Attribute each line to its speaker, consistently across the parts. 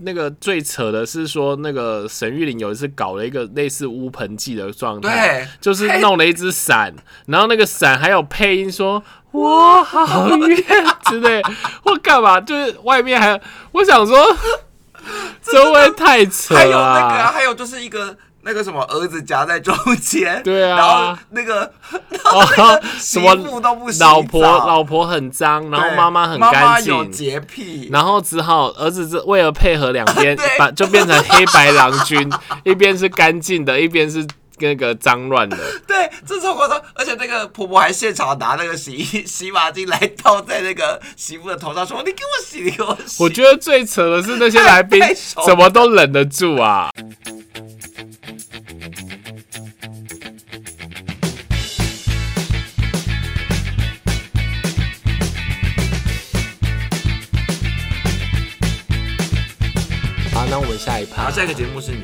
Speaker 1: 那个最扯的是说，那个沈玉琳有一次搞了一个类似乌盆记的状态
Speaker 2: 对，
Speaker 1: 就是弄了一只伞，然后那个伞还有配音说“我好远”之类，或干嘛，就是外面还有，我想说， 这会不会太扯
Speaker 2: 还有那个、啊，
Speaker 1: 啊？
Speaker 2: 还有就是一个那个什么儿子夹在中间，
Speaker 1: 对啊
Speaker 2: 然后那个
Speaker 1: 哦，
Speaker 2: 媳
Speaker 1: 什么
Speaker 2: 妇都不洗澡
Speaker 1: 老婆老婆很脏，然后
Speaker 2: 对
Speaker 1: 妈妈很
Speaker 2: 妈妈
Speaker 1: 干
Speaker 2: 有
Speaker 1: 净，
Speaker 2: 洁癖，
Speaker 1: 然后只好儿子这为了配合两边
Speaker 2: 对，
Speaker 1: 把就变成黑白郎君，一边是干净的，一边是那个脏乱 的。
Speaker 2: 对，这超夸张，而且那个婆婆还现场拿那个洗 衣洗发精来倒在那个媳妇的头上，说：“你给我洗，你给我洗。”
Speaker 1: 我觉得最扯的是那些来宾
Speaker 2: 太太熟了
Speaker 1: 怎么都忍得住啊！好，那我们下一
Speaker 2: 然
Speaker 1: 趴
Speaker 2: 后，下一个节目是你，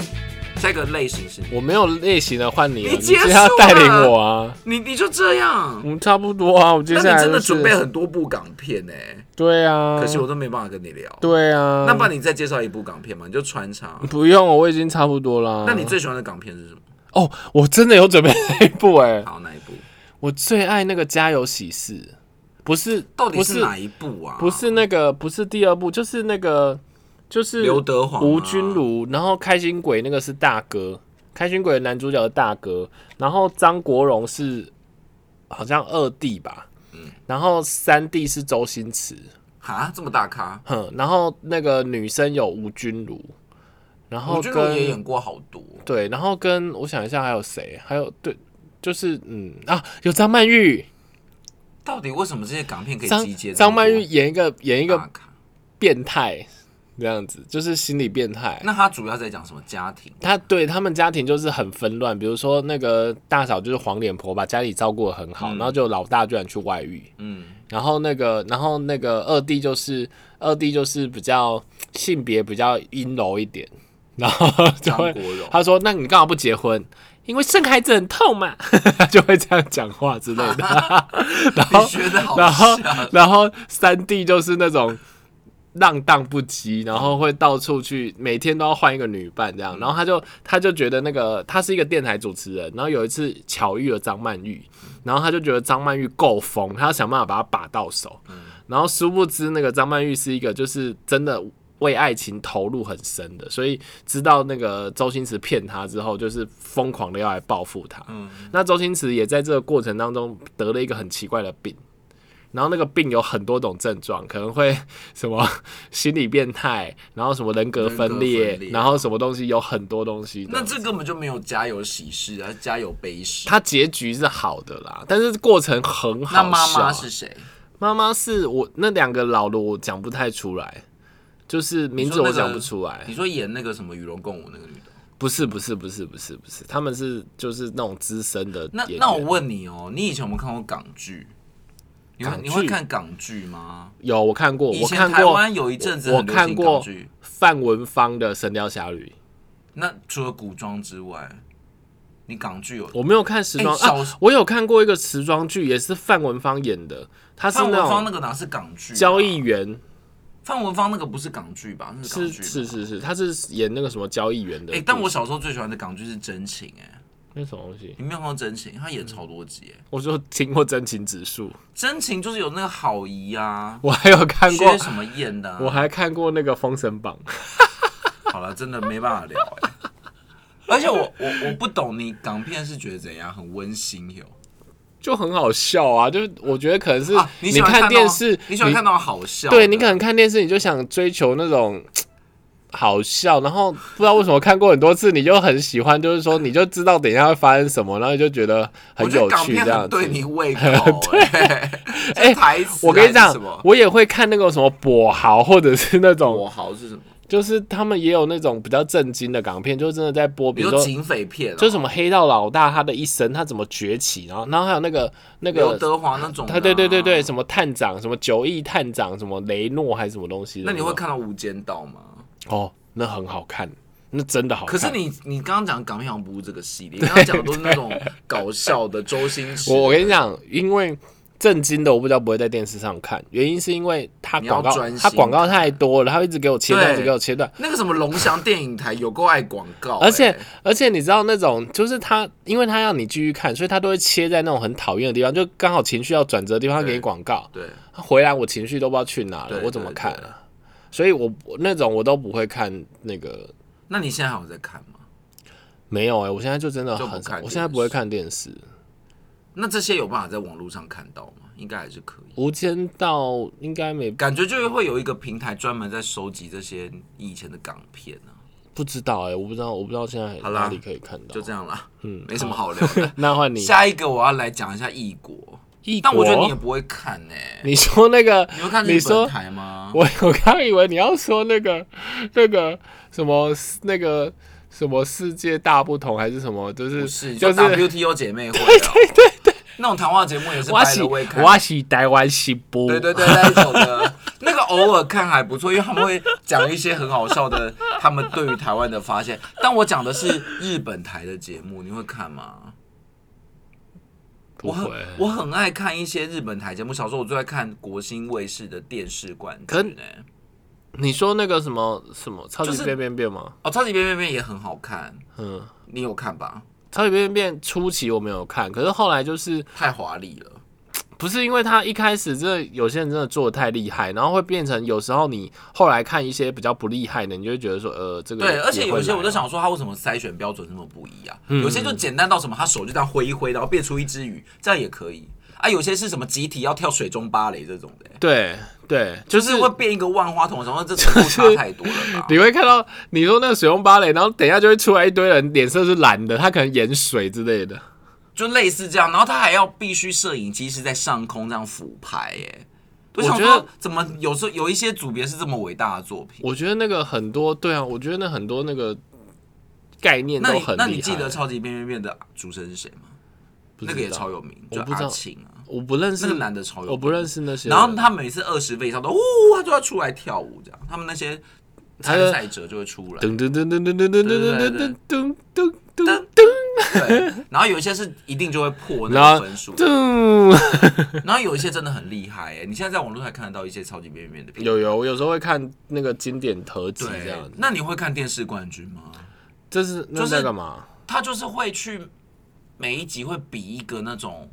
Speaker 2: 下一个类型是你，
Speaker 1: 我没有类型的换你了，
Speaker 2: 你
Speaker 1: 你
Speaker 2: 结
Speaker 1: 今天要
Speaker 2: 束
Speaker 1: 带领
Speaker 2: 了
Speaker 1: 我啊！
Speaker 2: 你你就这样
Speaker 1: 我。们差不多啊，我接
Speaker 2: 那
Speaker 1: 下
Speaker 2: 你
Speaker 1: 来、就是、
Speaker 2: 真的准备很多部港片呢、
Speaker 1: 对啊，
Speaker 2: 可惜我都没办法跟你聊。
Speaker 1: 对啊，
Speaker 2: 那不然你再介绍一部港片嘛，你就穿插。
Speaker 1: 不用，我已经差不多啦。
Speaker 2: 那你最喜欢的港片是什么？
Speaker 1: 哦，我真的有准备那一部哎、
Speaker 2: 好，哪一部？
Speaker 1: 我最爱那个《家有喜事》，不是，
Speaker 2: 到底
Speaker 1: 不
Speaker 2: 是
Speaker 1: 是
Speaker 2: 哪一部啊？
Speaker 1: 不是那个，不是第二部，就是那个，就是
Speaker 2: 刘德华吗
Speaker 1: 吴君如，然后开心鬼那个是大哥，开心鬼的男主角是大哥，然后张国荣是好像二弟吧，
Speaker 2: 嗯
Speaker 1: 然后三弟是周星驰，
Speaker 2: 哈，这么大咖，
Speaker 1: 哼，然后那个女生有吴君如，然后
Speaker 2: 我觉得我
Speaker 1: 跟
Speaker 2: 也演过好多。
Speaker 1: 对，然后跟我想一下还有谁，还有对，就是嗯啊，有张曼玉，
Speaker 2: 到底为什么这些港片可以
Speaker 1: 张
Speaker 2: 集结这么多啊
Speaker 1: 张曼玉演一个演一
Speaker 2: 大
Speaker 1: 个
Speaker 2: 咖
Speaker 1: 变态这样子，就是心理变态。
Speaker 2: 那他主要在讲什么家 庭？
Speaker 1: 他对他们家庭就是很纷乱，比如说那个大嫂就是黄脸婆，把家里照顾的很好，然后就老大居然去外遇，
Speaker 2: 嗯，
Speaker 1: 然后那个，然后那个二弟就是二弟就是比较性别比较阴柔一点，然后就
Speaker 2: 张国
Speaker 1: 会
Speaker 2: 荣
Speaker 1: 他说：“那你干嘛不结婚？因为生孩子很痛嘛。” 就会这样讲话之类的。然后
Speaker 2: 你学的好
Speaker 1: 然后
Speaker 2: 像，
Speaker 1: 然后三弟就是那种浪荡不羁，然后会到处去，每天都要换一个女伴这样。然后他就他就觉得那个他是一个电台主持人，然后有一次巧遇了张曼玉，然后他就觉得张曼玉够疯，他要想办法把她把到手。然后殊不知那个张曼玉是一个就是真的。为爱情投入很深的，所以知道那个周星驰骗她之后，就是疯狂的要来报复他。
Speaker 2: 嗯
Speaker 1: 那周星驰也在这个过程当中得了一个很奇怪的病，然后那个病有很多种症状，可能会什么心理变态，然后什么人格分裂，
Speaker 2: 人格分裂
Speaker 1: 然后什么东西有很多东西的。
Speaker 2: 那这根本就没有家有喜事啊，家有悲事。
Speaker 1: 他结局是好的啦，但是过程很好笑。
Speaker 2: 那
Speaker 1: 啊
Speaker 2: 妈妈是谁？
Speaker 1: 妈妈是我那两个老的我讲不太出来，就是名字
Speaker 2: 你说
Speaker 1: 我
Speaker 2: 那个
Speaker 1: 讲不出来。
Speaker 2: 你说演那个什么与龙共舞那个女的？
Speaker 1: 不是不是不是不是不是，他们是就是那种资深的
Speaker 2: 那
Speaker 1: 演员。
Speaker 2: 那我问你哦，你以前有没有看过港剧？你会
Speaker 1: 港剧
Speaker 2: 你会看港剧吗？
Speaker 1: 有我看过，
Speaker 2: 以
Speaker 1: 我
Speaker 2: 前
Speaker 1: 看
Speaker 2: 台
Speaker 1: 过
Speaker 2: 湾有一阵子
Speaker 1: 我
Speaker 2: 很流行
Speaker 1: 看过
Speaker 2: 港剧，
Speaker 1: 范文芳的《神雕侠侣》，
Speaker 2: 那除了古装之外，你港剧有？
Speaker 1: 我没有看时装、
Speaker 2: 哎小
Speaker 1: 啊，我有看过一个时装剧，也是范文芳演的，她是
Speaker 2: 范文芳
Speaker 1: 种
Speaker 2: 那个哪是港剧啊？
Speaker 1: 交易员，
Speaker 2: 范文芳那个不是港剧吧？那是港
Speaker 1: 是
Speaker 2: 剧吧。
Speaker 1: 是是是，她是演那个什么交易员的故
Speaker 2: 哎、
Speaker 1: 事。
Speaker 2: 但我小时候最喜欢的港剧是《真情》哎，
Speaker 1: 那什么东西，
Speaker 2: 你没有看过《真情》？
Speaker 1: 嗯
Speaker 2: 他演超多集哎，
Speaker 1: 我就听过真情指数，
Speaker 2: 《真情》就是有那个郝怡啊，
Speaker 1: 我还有看过
Speaker 2: 薛，什么燕的、
Speaker 1: 我
Speaker 2: 啊。
Speaker 1: 还看过那个《封神榜》。
Speaker 2: 好了，真的没办法聊哎。而且我我我不懂你港片是觉得怎样，很温馨有
Speaker 1: 就很好笑啊！就是我觉得可能是
Speaker 2: 啊？你喜欢
Speaker 1: 看
Speaker 2: 到
Speaker 1: 电视，
Speaker 2: 你喜欢看到好笑的？
Speaker 1: 对你可能看电视，你就想追求那种好笑，然后不知道为什么看过很多次，你就很喜欢，就是说你就知道等一下会发生什么，然后你就觉得
Speaker 2: 我
Speaker 1: 很
Speaker 2: 觉得
Speaker 1: 有
Speaker 2: 港
Speaker 1: 趣
Speaker 2: 片
Speaker 1: 这样
Speaker 2: 很
Speaker 1: 子。
Speaker 2: 对你 胃口哎。
Speaker 1: 哎
Speaker 2: 这台词
Speaker 1: 我跟你
Speaker 2: 还是
Speaker 1: 讲
Speaker 2: 什么，？
Speaker 1: 我也会看那个什么跛豪，或者是那种，
Speaker 2: 我豪是什么？
Speaker 1: 就是他们也有那种比较震惊的港片，就真的在播，比
Speaker 2: 比
Speaker 1: 如
Speaker 2: 如
Speaker 1: 说
Speaker 2: 说警匪片、啊，
Speaker 1: 就是什么黑道老大他的一生，他怎么崛起，然后然后还有那个那
Speaker 2: 刘
Speaker 1: 个
Speaker 2: 德华那种、啊。
Speaker 1: 他对对对对，。什么探长，什么九亿探长，什么雷诺还是什么东西的
Speaker 2: 那
Speaker 1: 种？
Speaker 2: 你会看到《无间道》吗？
Speaker 1: 哦，那很好看，那真的好看。
Speaker 2: 可是你你刚刚讲港片好 像不是这个系列，你刚刚讲的都是那种搞笑的周星驰。
Speaker 1: 我我跟你讲，因为震惊的我不知道不会在电视上看，原因是因为他
Speaker 2: 你要
Speaker 1: 广告
Speaker 2: 专心
Speaker 1: 他广告太多了，他会一直给我切断，
Speaker 2: 对
Speaker 1: 一直给我切断。
Speaker 2: 那个什么龙翔电影台有够爱广告、
Speaker 1: 而且
Speaker 2: 哎
Speaker 1: 而且你知道那种就是他，因为他要你继续看，所以他都会切在那种很讨厌的地方，就刚好情绪要转折的地方给你广告。
Speaker 2: 对，
Speaker 1: 他回来我情绪都不知道去哪了
Speaker 2: 对，
Speaker 1: 我怎么
Speaker 2: 对
Speaker 1: 看
Speaker 2: 对
Speaker 1: 啊？所以我我那种我都不会看那个。
Speaker 2: 那你现在还有在看吗？
Speaker 1: 没有哎、我现在就真的
Speaker 2: 就不
Speaker 1: 很少
Speaker 2: 看，
Speaker 1: 我
Speaker 2: 电
Speaker 1: 现在不会
Speaker 2: 视
Speaker 1: 看电视。
Speaker 2: 那这些有办法在网络上看到吗？应该还是可以。
Speaker 1: 无间道应该没
Speaker 2: 感觉就会有一个平台专门在收集这些以前的港片啊，
Speaker 1: 不知道哎、我不知道，我不知道现在
Speaker 2: 好啦
Speaker 1: 哪里可以看到。
Speaker 2: 就这样啦，
Speaker 1: 嗯
Speaker 2: 没什么好聊 的。
Speaker 1: 那换你，
Speaker 2: 下一个我要来讲一下异国，
Speaker 1: 异国
Speaker 2: 但我觉得你也不会看呢、
Speaker 1: 你说那个
Speaker 2: 你会看
Speaker 1: 你
Speaker 2: 日
Speaker 1: 说
Speaker 2: 本台吗？
Speaker 1: 我我刚以为你要说那个那个什么那个什么世界大不同还是什么，就
Speaker 2: 不
Speaker 1: 是
Speaker 2: 是，
Speaker 1: 就
Speaker 2: 就是 WTO 姐妹会、啊，对对对那种谈话节目也是
Speaker 1: 我
Speaker 2: 拜
Speaker 1: 是
Speaker 2: 了会看。
Speaker 1: 我是台湾西部，
Speaker 2: 对对对，那一种的，那个偶尔看还不错，因为他们会讲一些很好笑的，他们对于台湾的发现。但我讲的是日本台的节目，你会看吗？
Speaker 1: 不
Speaker 2: 我很
Speaker 1: 会。
Speaker 2: 我很爱看一些日本台节目，小时候我最爱看国新卫视的电视冠
Speaker 1: 可
Speaker 2: 军、欸，
Speaker 1: 你说那个什么什么超级
Speaker 2: 就是
Speaker 1: 变变变吗？
Speaker 2: 哦，超级变变变也很好看，
Speaker 1: 嗯，
Speaker 2: 你有看吧？
Speaker 1: 超级变变变初期我没有看，可是后来就是
Speaker 2: 太华丽了，
Speaker 1: 不是因为他一开始真的有些人真的做的太厉害，然后会变成有时候你后来看一些比较不厉害的，你就会觉得说，呃，这个
Speaker 2: 对，而且
Speaker 1: 也会嗯
Speaker 2: 有些
Speaker 1: 来
Speaker 2: 我就想说，他为什么筛选标准那么不一样？有些就简单到什么，他手就这样挥一挥，然后变出一只鱼，这样也可以啊。有些是什么集体要跳水中芭蕾这种的、欸
Speaker 1: 对对，就
Speaker 2: 就是是会变一个万花筒，然后这程度差太多了吧？
Speaker 1: 你会看到你说那个水用芭蕾，然后等一下就会出来一堆人脸色是蓝的，他可能盐水之类的。
Speaker 2: 就类似这样，然后他还要必须摄影机是在上空这样俯拍、耶。
Speaker 1: 我
Speaker 2: 我想
Speaker 1: 觉
Speaker 2: 说
Speaker 1: 得，
Speaker 2: 怎么有时候有一些组别是这么伟大的作品？
Speaker 1: 我觉得那个很多对啊，我觉得那很多那个概念
Speaker 2: 那
Speaker 1: 都
Speaker 2: 你
Speaker 1: 很
Speaker 2: 那
Speaker 1: 厉
Speaker 2: 你
Speaker 1: 害。欸
Speaker 2: 记得《超级变变变》的主持人是谁吗？
Speaker 1: 不知
Speaker 2: 那个也
Speaker 1: 道
Speaker 2: 超有名，
Speaker 1: 我
Speaker 2: 就
Speaker 1: 不知
Speaker 2: 阿
Speaker 1: 道
Speaker 2: 庆啊，
Speaker 1: 我不认识
Speaker 2: 那个男的超有名，
Speaker 1: 我不认。识那些人。
Speaker 2: 然后他每次二十分以上都呜，他就要出来跳舞这样，他们那些
Speaker 1: 他
Speaker 2: 参
Speaker 1: 就
Speaker 2: 赛者就会出来。
Speaker 1: 噔噔噔噔噔噔噔
Speaker 2: 对
Speaker 1: 噔
Speaker 2: 对
Speaker 1: 噔噔噔噔
Speaker 2: 对，然后有一些是一定就会破那
Speaker 1: 然
Speaker 2: 个
Speaker 1: 后
Speaker 2: 分数，
Speaker 1: 噔，
Speaker 2: 然后有一些真的很厉害、欸耶。你现在在网络上看得到一些超级变变变的片段
Speaker 1: 有有，我有时候会看那个经典合集这样子。
Speaker 2: 那你会看电视冠军吗？
Speaker 1: 这是那
Speaker 2: 就是
Speaker 1: 在干嘛？
Speaker 2: 他就是会去每一集会比一个那种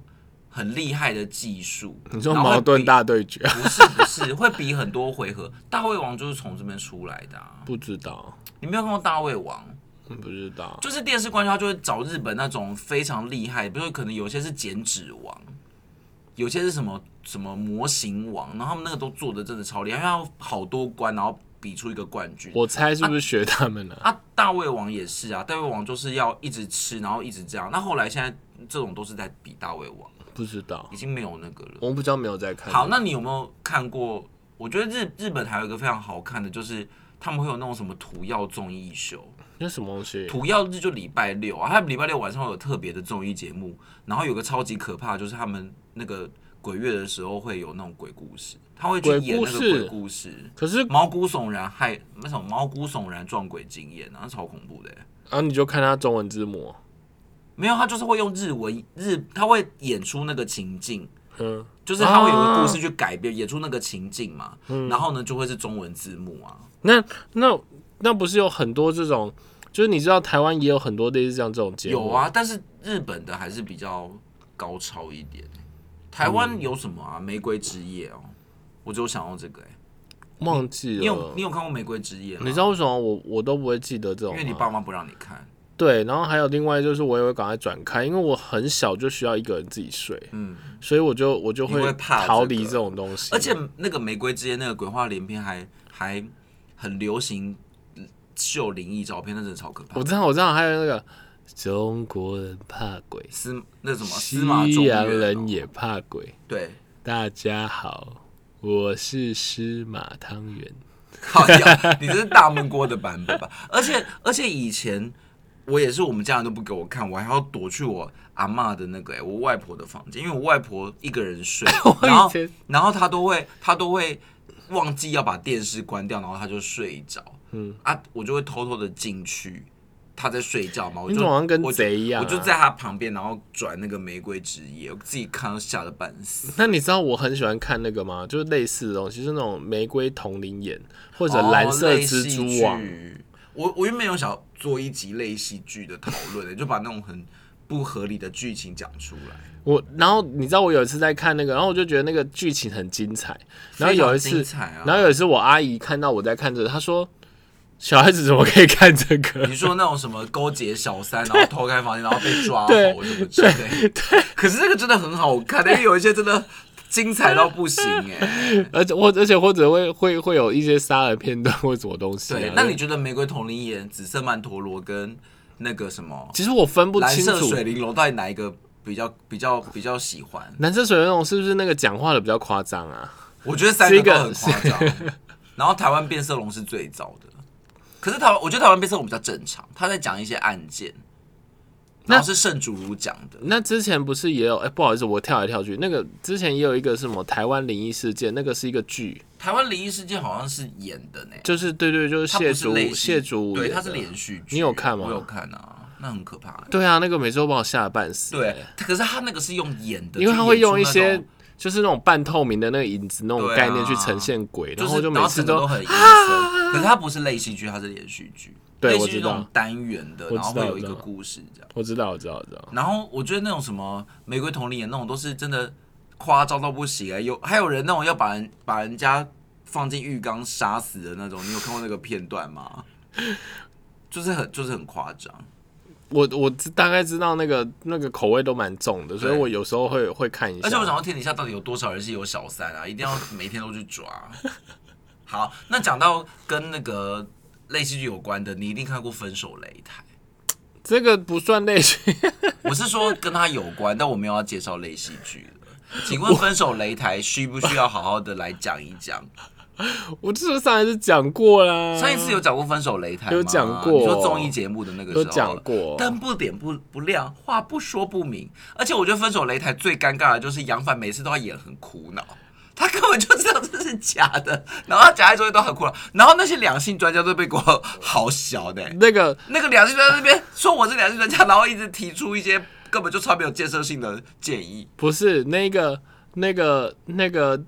Speaker 2: 很厉害的技术，
Speaker 1: 你说
Speaker 2: 然后会
Speaker 1: 矛盾
Speaker 2: 比
Speaker 1: 大对决？
Speaker 2: 不是不是会比很多回合。大胃王就是从这边出来的、啊，
Speaker 1: 不知道，
Speaker 2: 你没有看过大胃王？
Speaker 1: 不知道。
Speaker 2: 就是电视冠军，他就会找日本那种非常厉害，比如说可能有些是剪纸王，有些是什么什么模型王，然后他们那个都做的真的超厉害，因为他有好多关，然后比出一个冠军。
Speaker 1: 我猜是不是学他们呢、
Speaker 2: 啊，大胃王也是啊，大胃王就是要一直吃，然后一直这样。那后来现在这种都是在比大胃王，
Speaker 1: 不知道
Speaker 2: 已，经没有那个了。
Speaker 1: 我比较没有在看。
Speaker 2: 好，那你有没有看过？我觉得日日本还有一个非常好看的，就是他们会有那种什么土曜综艺秀，
Speaker 1: 那什么东西？
Speaker 2: 土曜日就礼拜六啊，他们礼拜六晚上会有特别的综艺节目，然后有个超级可怕的，就是他们那个鬼月的时候会有那种鬼故事，他会去
Speaker 1: 鬼
Speaker 2: 演
Speaker 1: 故
Speaker 2: 那个
Speaker 1: 事
Speaker 2: 鬼故事，
Speaker 1: 可是
Speaker 2: 毛骨悚然害那种毛骨悚然撞鬼经验啊，那超恐怖的欸、
Speaker 1: 啊，你就看他中文字幕，啊
Speaker 2: 没有，他就是会用日文日，他会演出那个情境，
Speaker 1: 嗯，
Speaker 2: 就是他会有个
Speaker 1: 啊
Speaker 2: 故事去改编，演出那个情境嘛。
Speaker 1: 嗯
Speaker 2: 然后呢，就会是中文字幕啊。
Speaker 1: 那那那不是有很多这种，就是你知道台湾也有很多类似这样这种节目，
Speaker 2: 有，啊，但是日本的还是比较高超一点。台
Speaker 1: 嗯
Speaker 2: 湾有什么啊？玫瑰之夜哦，我只有想到这个哎、
Speaker 1: 忘记
Speaker 2: 你有
Speaker 1: 了
Speaker 2: 你。有看过玫瑰之夜吗？
Speaker 1: 你知道为什么我我都不会记得这种
Speaker 2: 因
Speaker 1: 吗？
Speaker 2: 为你爸妈不让你看。
Speaker 1: 对，然后还有另外就是我也会赶快转开，因为我很小就需要一个人自己睡，
Speaker 2: 嗯，
Speaker 1: 所以我就我就
Speaker 2: 你会
Speaker 1: 会
Speaker 2: 怕
Speaker 1: 逃
Speaker 2: 这
Speaker 1: 离
Speaker 2: 个
Speaker 1: 这种东西。
Speaker 2: 而且那个玫瑰之夜那个鬼话连篇还还很流行秀灵异照片，那真的超可怕
Speaker 1: 我。知道我知道还有那个中国人怕鬼，
Speaker 2: 司那什么司马中
Speaker 1: 西
Speaker 2: 原
Speaker 1: 洋
Speaker 2: 哦
Speaker 1: 人也怕鬼。
Speaker 2: 对，
Speaker 1: 大家好，我是司马汤圆。
Speaker 2: 好呀， 你这是大闷锅的版本吧？而且而且以前我也是，我们家人都不给我看，我还要躲去我阿嬷的那个、欸、我外婆的房间，因为我外婆一个人睡
Speaker 1: 我，
Speaker 2: 然后
Speaker 1: 以前
Speaker 2: 然后她都会她都会忘记要把电视关掉，然后她就睡着，嗯啊，我就会偷偷的进去。他在睡觉嘛，我
Speaker 1: 你
Speaker 2: 就
Speaker 1: 怎么好像跟
Speaker 2: 我就
Speaker 1: 贼一样啊
Speaker 2: 我就在他旁边，然后转那个玫瑰之夜，我自己看到吓得半死。
Speaker 1: 那你知道我很喜欢看那个吗？就是类似的东西，就是那种玫瑰同龄眼或者蓝色蜘蛛网
Speaker 2: 哦。类哦戏剧我我原本有想做一集类戏剧的讨论的，就把那种很不合理的剧情讲出来。
Speaker 1: 我然后你知道我有一次在看那个，然后我就觉得那个剧情很精彩。然后有一
Speaker 2: 非常
Speaker 1: 次
Speaker 2: 精，彩啊、
Speaker 1: 然后有一次我阿姨看到我在看这个，她说：“小孩子怎么可以看这个
Speaker 2: 你说那种什么勾结小三，然后偷开房间，然后被抓
Speaker 1: 对
Speaker 2: 走什么之类的。可是那个真的很好看，但是有一些真的精彩到不行哎、？”
Speaker 1: 而且或而且或者会会会有一些杀人片段或什么东西啊、
Speaker 2: 对，那你觉得《玫瑰同林眼》《紫色曼陀罗》跟那个什么
Speaker 1: 其实我分不
Speaker 2: 蓝
Speaker 1: 清
Speaker 2: 色
Speaker 1: 楚
Speaker 2: 水玲珑到底哪一个比较比较比较喜欢？
Speaker 1: 蓝色水那种是不是那个讲话的比较夸张啊？
Speaker 2: 我觉得三
Speaker 1: 是一
Speaker 2: 个
Speaker 1: 个
Speaker 2: 都很夸张。然后台湾变色龙是最早的，可是台湾我觉得台湾变色龙比较正常，他在讲一些案件，然后是圣主如讲的。
Speaker 1: 那之前不是也有？哎、不好意思，我跳来跳去。那个之前也有一个什么台湾灵异事件，那个是一个剧，
Speaker 2: 台湾灵异事件好像是演的呢，
Speaker 1: 就是对对，就是
Speaker 2: 它不
Speaker 1: 谢
Speaker 2: 是
Speaker 1: 祖
Speaker 2: 类似
Speaker 1: 谢祖
Speaker 2: 对，
Speaker 1: 演
Speaker 2: 它是
Speaker 1: 的
Speaker 2: 连续剧。
Speaker 1: 你有看吗
Speaker 2: 我有看啊，那很可怕欸。
Speaker 1: 对啊，那个每次都把我吓得半死。欸
Speaker 2: 对，可是他那个是用演的，
Speaker 1: 因为他
Speaker 2: 就
Speaker 1: 会
Speaker 2: 演出
Speaker 1: 用一
Speaker 2: 那
Speaker 1: 些
Speaker 2: 种
Speaker 1: 就是那种半透明的那个影子那种
Speaker 2: 对啊
Speaker 1: 概念去呈现鬼，
Speaker 2: 就
Speaker 1: 然后
Speaker 2: 是
Speaker 1: 就每次
Speaker 2: 整个都
Speaker 1: 都啊
Speaker 2: 很阴森。可是它不是类戏剧，它是连续剧。
Speaker 1: 对
Speaker 2: 类
Speaker 1: 我
Speaker 2: 戏剧
Speaker 1: 知
Speaker 2: 那
Speaker 1: 道
Speaker 2: 种单元的，
Speaker 1: 我
Speaker 2: 然后
Speaker 1: 知道
Speaker 2: 会有一
Speaker 1: 我知
Speaker 2: 个
Speaker 1: 道
Speaker 2: 故事这样。
Speaker 1: 我知道我知道我知道，
Speaker 2: 然后我觉得那种什么玫瑰同林演那种都是真的夸张到不行啊！有还有人那种要把人把人家放进浴缸杀死的那种，你有看过那个片段 吗？就是很就是很夸张。
Speaker 1: 我我知大概知道那个那个口味都蛮重的，所以
Speaker 2: 对
Speaker 1: 我有时候会会看一下。
Speaker 2: 而且我想要天底下到底有多少人是有小三啊？一定要每天都去 抓。好，那讲到跟那个类戏剧有关的，你一定看过《分手擂台
Speaker 1: 这个不算类型，》。
Speaker 2: 我是说跟他有关，但我没有要介绍类戏剧了。请问《分手擂台》需不需要好好的来讲一讲？
Speaker 1: 我这是上一次讲过啦。
Speaker 2: 上一次有讲过《分手擂台》吗？
Speaker 1: 有讲过
Speaker 2: 你说综艺节目的那个时候
Speaker 1: 有讲过
Speaker 2: 灯不点不不亮，话不说不明。而且我觉得《分手擂台》最尴尬的就是杨凡每次都要演很苦恼。他根本就知道这是假的，然后他假在中间都很苦恼，然后那些两性专家都被给我好小的欸、
Speaker 1: 那个
Speaker 2: 那个两性专家那边说我是两性专家，然后一直提出一些根本就超没有建设性的建议。
Speaker 1: 不是那个那个那个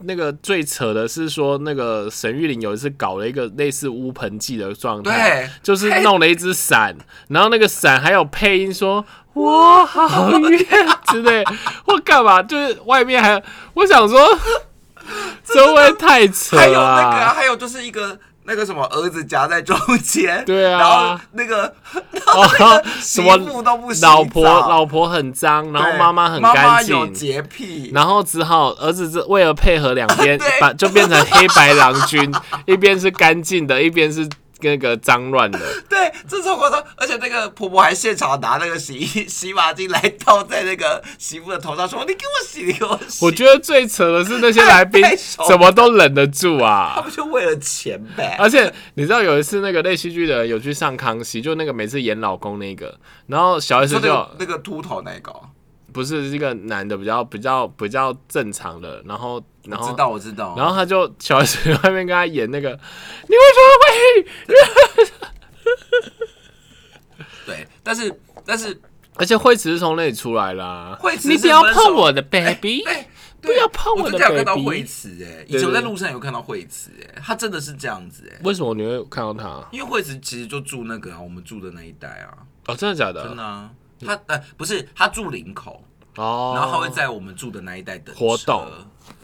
Speaker 1: 那个最扯的是说，那个沈玉琳有一次搞了一个类似乌盆记的状态
Speaker 2: 对，
Speaker 1: 就是弄了一只伞，然后那个伞还有配音说“我好远”之类，或干嘛，就是外面还有，我想 说，这会不会太扯
Speaker 2: 还有那个啊、
Speaker 1: 了？
Speaker 2: 还有就是一个那个什么儿子夹在中间，
Speaker 1: 对啊
Speaker 2: 然后那个
Speaker 1: 哦，
Speaker 2: 媳
Speaker 1: 什么
Speaker 2: 妇都啊不洗澡
Speaker 1: 老婆老婆很脏，然后
Speaker 2: 对
Speaker 1: 妈妈很
Speaker 2: 妈妈
Speaker 1: 干净，
Speaker 2: 有洁癖，
Speaker 1: 然后只好儿子这为了配合两边
Speaker 2: 对，
Speaker 1: 把就变成黑白郎 君，一边是干净的，一边是那个脏乱的。
Speaker 2: 对，这超夸张。而且那个婆婆还现场拿那个洗衣 洗发精来倒在那个媳妇的头上，说：“你给我洗，你给我洗。”
Speaker 1: 我觉得最扯的是那些来宾
Speaker 2: 太太熟了
Speaker 1: 怎么都忍得住
Speaker 2: 他
Speaker 1: 啊！
Speaker 2: 们就为了钱呗。
Speaker 1: 而且你知道有一次那个类戏剧的人有去上康熙，就那个每次演老公那个，然后小 S
Speaker 2: 说那
Speaker 1: 就
Speaker 2: 个那个秃头那个哦，
Speaker 1: 不是这个男的比较比较比较正常的，然后然
Speaker 2: 知
Speaker 1: 后
Speaker 2: 道我知道。
Speaker 1: 然后他就小 S 在外面跟他演那个，你为什么会？
Speaker 2: 对，但是但是
Speaker 1: 而且惠子是从那里出来啊啦、
Speaker 2: 惠慈
Speaker 1: 你
Speaker 2: 是
Speaker 1: 不要
Speaker 2: 分手
Speaker 1: 碰我的 baby，、
Speaker 2: 哎。
Speaker 1: 不要碰
Speaker 2: 我
Speaker 1: 我的
Speaker 2: 最近有看到
Speaker 1: baby
Speaker 2: 惠慈哎，以
Speaker 1: 对
Speaker 2: 前我在
Speaker 1: 对
Speaker 2: 路上有看到惠慈哎，她真的是这样子哎，
Speaker 1: 为什么你会看到他？
Speaker 2: 因为惠慈其实就住那个啊，我们住的那一带啊，
Speaker 1: 哦，真的假的？
Speaker 2: 真的啊，她呃不是她住林口，
Speaker 1: 哦，
Speaker 2: 然后他会在我们住的那一带等车
Speaker 1: 活动。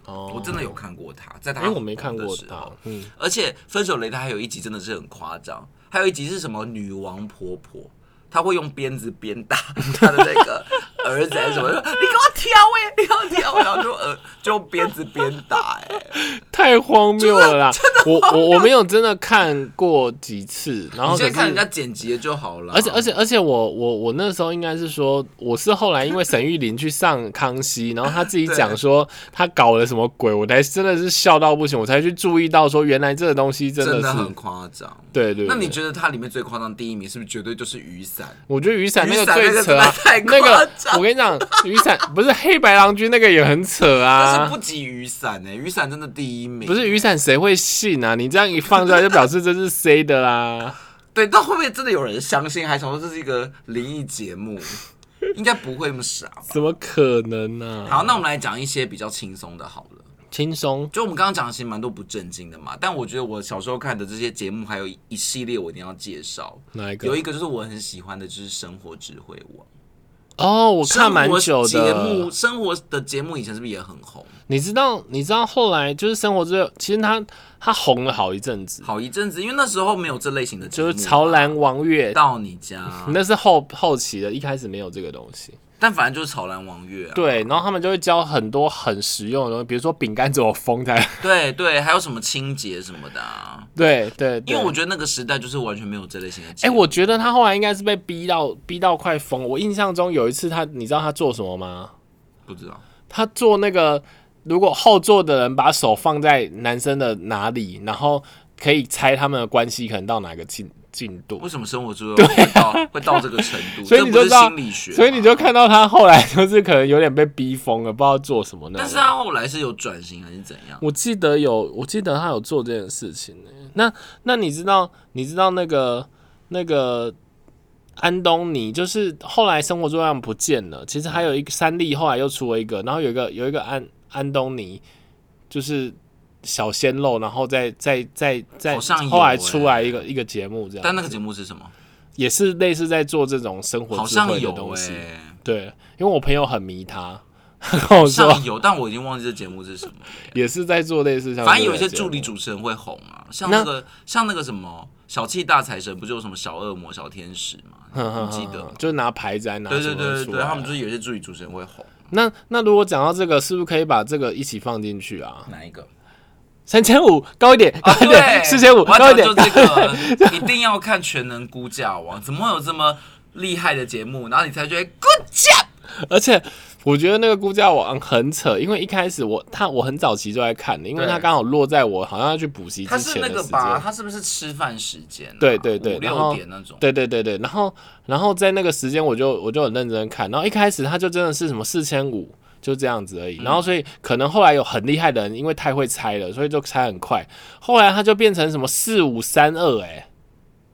Speaker 1: 哦，哎
Speaker 2: 我真的有看过他，在他
Speaker 1: 因为我没看过
Speaker 2: 活动的时
Speaker 1: 他
Speaker 2: 候，
Speaker 1: 嗯，
Speaker 2: 而且《分手擂台》还有一集真的是很夸张，还有一集是什么女王婆婆，她会用鞭子鞭打她的 那个儿子还是什么，就说你给我挑哎、你给我挑、欸，然后就呃就用鞭子鞭打哎、
Speaker 1: 太荒谬了啦！我我我没有真的看过几次，然后
Speaker 2: 你
Speaker 1: 可
Speaker 2: 现在看人
Speaker 1: 是。
Speaker 2: 家剪辑的就好了，
Speaker 1: 而且而且而且我我我那时候应该是说，我是后来因为沈玉琳去上康熙，然后她自己讲说她搞了什么鬼，我才真的是笑到不行，我才去注意到说原来这个东西真
Speaker 2: 真
Speaker 1: 的
Speaker 2: 的
Speaker 1: 是
Speaker 2: 很夸张。
Speaker 1: 对对。
Speaker 2: 那你
Speaker 1: 对
Speaker 2: 觉得它里面最夸张第一名是不是绝对就是雨伞？
Speaker 1: 我觉得雨伞那
Speaker 2: 雨
Speaker 1: 个
Speaker 2: 伞那个
Speaker 1: 最扯啊
Speaker 2: 真的太，
Speaker 1: 那
Speaker 2: 夸
Speaker 1: 个
Speaker 2: 张
Speaker 1: 我跟你讲，雨伞不是黑白郎君那个也很扯
Speaker 2: 但是
Speaker 1: 啊
Speaker 2: 不，及雨伞呢、欸雨伞真的第一名、
Speaker 1: 不是雨伞谁会信啊？你这样一放出来就表示这是 C 的啦，
Speaker 2: 对，到后面真的有人相信，还想说这是一个灵异节目，应该不会那么傻吧？
Speaker 1: 怎么可能啊呢、
Speaker 2: 好，那我们来讲一些比较轻松的，好了。
Speaker 1: 轻松
Speaker 2: 就我们刚刚讲的，其实蛮多不正经的嘛。但我觉得我小时候看的这些节目，还有一一系列我一定要介绍。
Speaker 1: 哪一个？
Speaker 2: 有一个就是我很喜欢的，就是《生活智慧网》。
Speaker 1: 哦，我看蛮久的
Speaker 2: 生活节目，生活的节目以前是不是也很红？
Speaker 1: 你知道，你知道后来就是生活之后，其实他他红了好一阵子，
Speaker 2: 好一阵子，因为那时候没有这类型的节
Speaker 1: 就
Speaker 2: 目嘛。
Speaker 1: 是潮蓝王月，，
Speaker 2: 到你家
Speaker 1: 那是后后期的，一开始没有这个东西。
Speaker 2: 但反正就是潮蓝王月啊。
Speaker 1: 对，然后他们就会教很多很实用的东西，比如说饼干怎么封才。
Speaker 2: 对对，还有什么清洁什么的啊。
Speaker 1: 对对对，
Speaker 2: 因为我觉得那个时代就是完全没有这类型的节
Speaker 1: 哎、
Speaker 2: 目。
Speaker 1: 我觉得他后来应该是被逼到逼到快疯。我印象中有一次他，你知道他做什么吗？
Speaker 2: 不知道，
Speaker 1: 他做那个，如果后座的人把手放在男生的哪里，然后可以猜他们的关系可能到哪个进进度
Speaker 2: 为。什么生活之后会到、 会到这个程度？
Speaker 1: 所以
Speaker 2: 这
Speaker 1: 你
Speaker 2: 不
Speaker 1: 就是知道
Speaker 2: 心理学吗，
Speaker 1: 所以你就看到他后来就是可能有点被逼疯了，不知道做什么那种。
Speaker 2: 但是他后来是有转型还是怎样？
Speaker 1: 我记得有，我记得他有做这件事情、欸、那那你知道，你知道那个那个安东尼，就是后来生活作用不见了。其实还有一个三立，后来又出了一个，然后有一个有一个安安东尼，就是小鲜肉，然后再再再再
Speaker 2: 好像有
Speaker 1: 后来
Speaker 2: 欸
Speaker 1: 出来一个一个节目这样。
Speaker 2: 但那个节目是什么？
Speaker 1: 也是类似在做这种生活
Speaker 2: 好
Speaker 1: 智
Speaker 2: 像
Speaker 1: 慧的
Speaker 2: 有
Speaker 1: 东
Speaker 2: 哎、
Speaker 1: 西。对，因为我朋友很迷他， 他跟我
Speaker 2: 好
Speaker 1: 说
Speaker 2: 像有，但我已经忘记这节目是什么了。
Speaker 1: 也是在做类似像
Speaker 2: 反正有一
Speaker 1: 这种
Speaker 2: 些
Speaker 1: 节目
Speaker 2: 助理主持人会红啊，像
Speaker 1: 那
Speaker 2: 那个像那个什么小气大财神，不就有什么小恶魔、小天使嘛？
Speaker 1: 嗯
Speaker 2: 你记得吗？
Speaker 1: 就是拿牌子来拿
Speaker 2: 对
Speaker 1: 什
Speaker 2: 对
Speaker 1: 么
Speaker 2: 对对
Speaker 1: 出
Speaker 2: 对，
Speaker 1: 来啊
Speaker 2: 他们就是有一些助理主持人会红。
Speaker 1: 那那如果讲到这个，是不是可以把这个一起放进去啊？
Speaker 2: 哪一个？
Speaker 1: 三千五高一点，高一点，四千五
Speaker 2: 我
Speaker 1: 高
Speaker 2: 要
Speaker 1: 一点
Speaker 2: 啊讲。就这个，一 定要看《全能估价王》，怎么会有这么厉害的节目？然后你才觉得 good job。
Speaker 1: 而且我觉得那个估价网很扯，因为一开始我他我很早期就在看的，因为
Speaker 2: 对
Speaker 1: 他刚好落在我好像要去补习
Speaker 2: 他
Speaker 1: 之
Speaker 2: 是
Speaker 1: 前
Speaker 2: 那
Speaker 1: 的
Speaker 2: 个
Speaker 1: 时
Speaker 2: 吧？
Speaker 1: 间。
Speaker 2: 他是不是吃饭时间啊、
Speaker 1: 对对对
Speaker 2: 五
Speaker 1: 然后
Speaker 2: 六点那种。
Speaker 1: 对对对对，然后然后在那个时间我就我就很认真地看，然后一开始他就真的是什么四千五。就这样子而已，
Speaker 2: 嗯
Speaker 1: 然后所以可能后来有很厉害的人，因为太会猜了，所以就猜很快。后来他就变成什么四五三二，哎，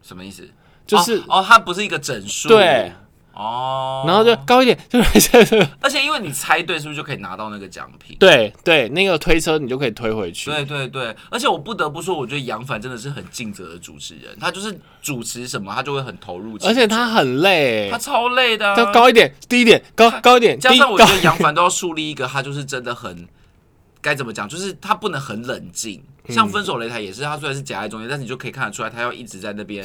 Speaker 2: 什么意思？
Speaker 1: 就是、
Speaker 2: 哦，哦它不是一个整数。
Speaker 1: 对。
Speaker 2: 哦。
Speaker 1: 然后就高一点，就是
Speaker 2: 而且因为你猜对，是不是就可以拿到那个奖品？
Speaker 1: 对对，那个推车你就可以推回去。
Speaker 2: 对对对，而且我不得不说，我觉得杨凡真的是很尽责的主持人，他就是主持什么他就会很投入其中，
Speaker 1: 而且他很累、
Speaker 2: 他
Speaker 1: 欸，
Speaker 2: 超累的、啊，
Speaker 1: 他高一点，低一点，高高一点，低
Speaker 2: 加上我
Speaker 1: 高
Speaker 2: 觉。得杨凡都要树立一个，他就是真的很该怎么讲，就是他不能很冷静。
Speaker 1: 嗯
Speaker 2: 像分手擂台也是，他虽然是夹在中间，但是你就可以看得出来，他要一直在那边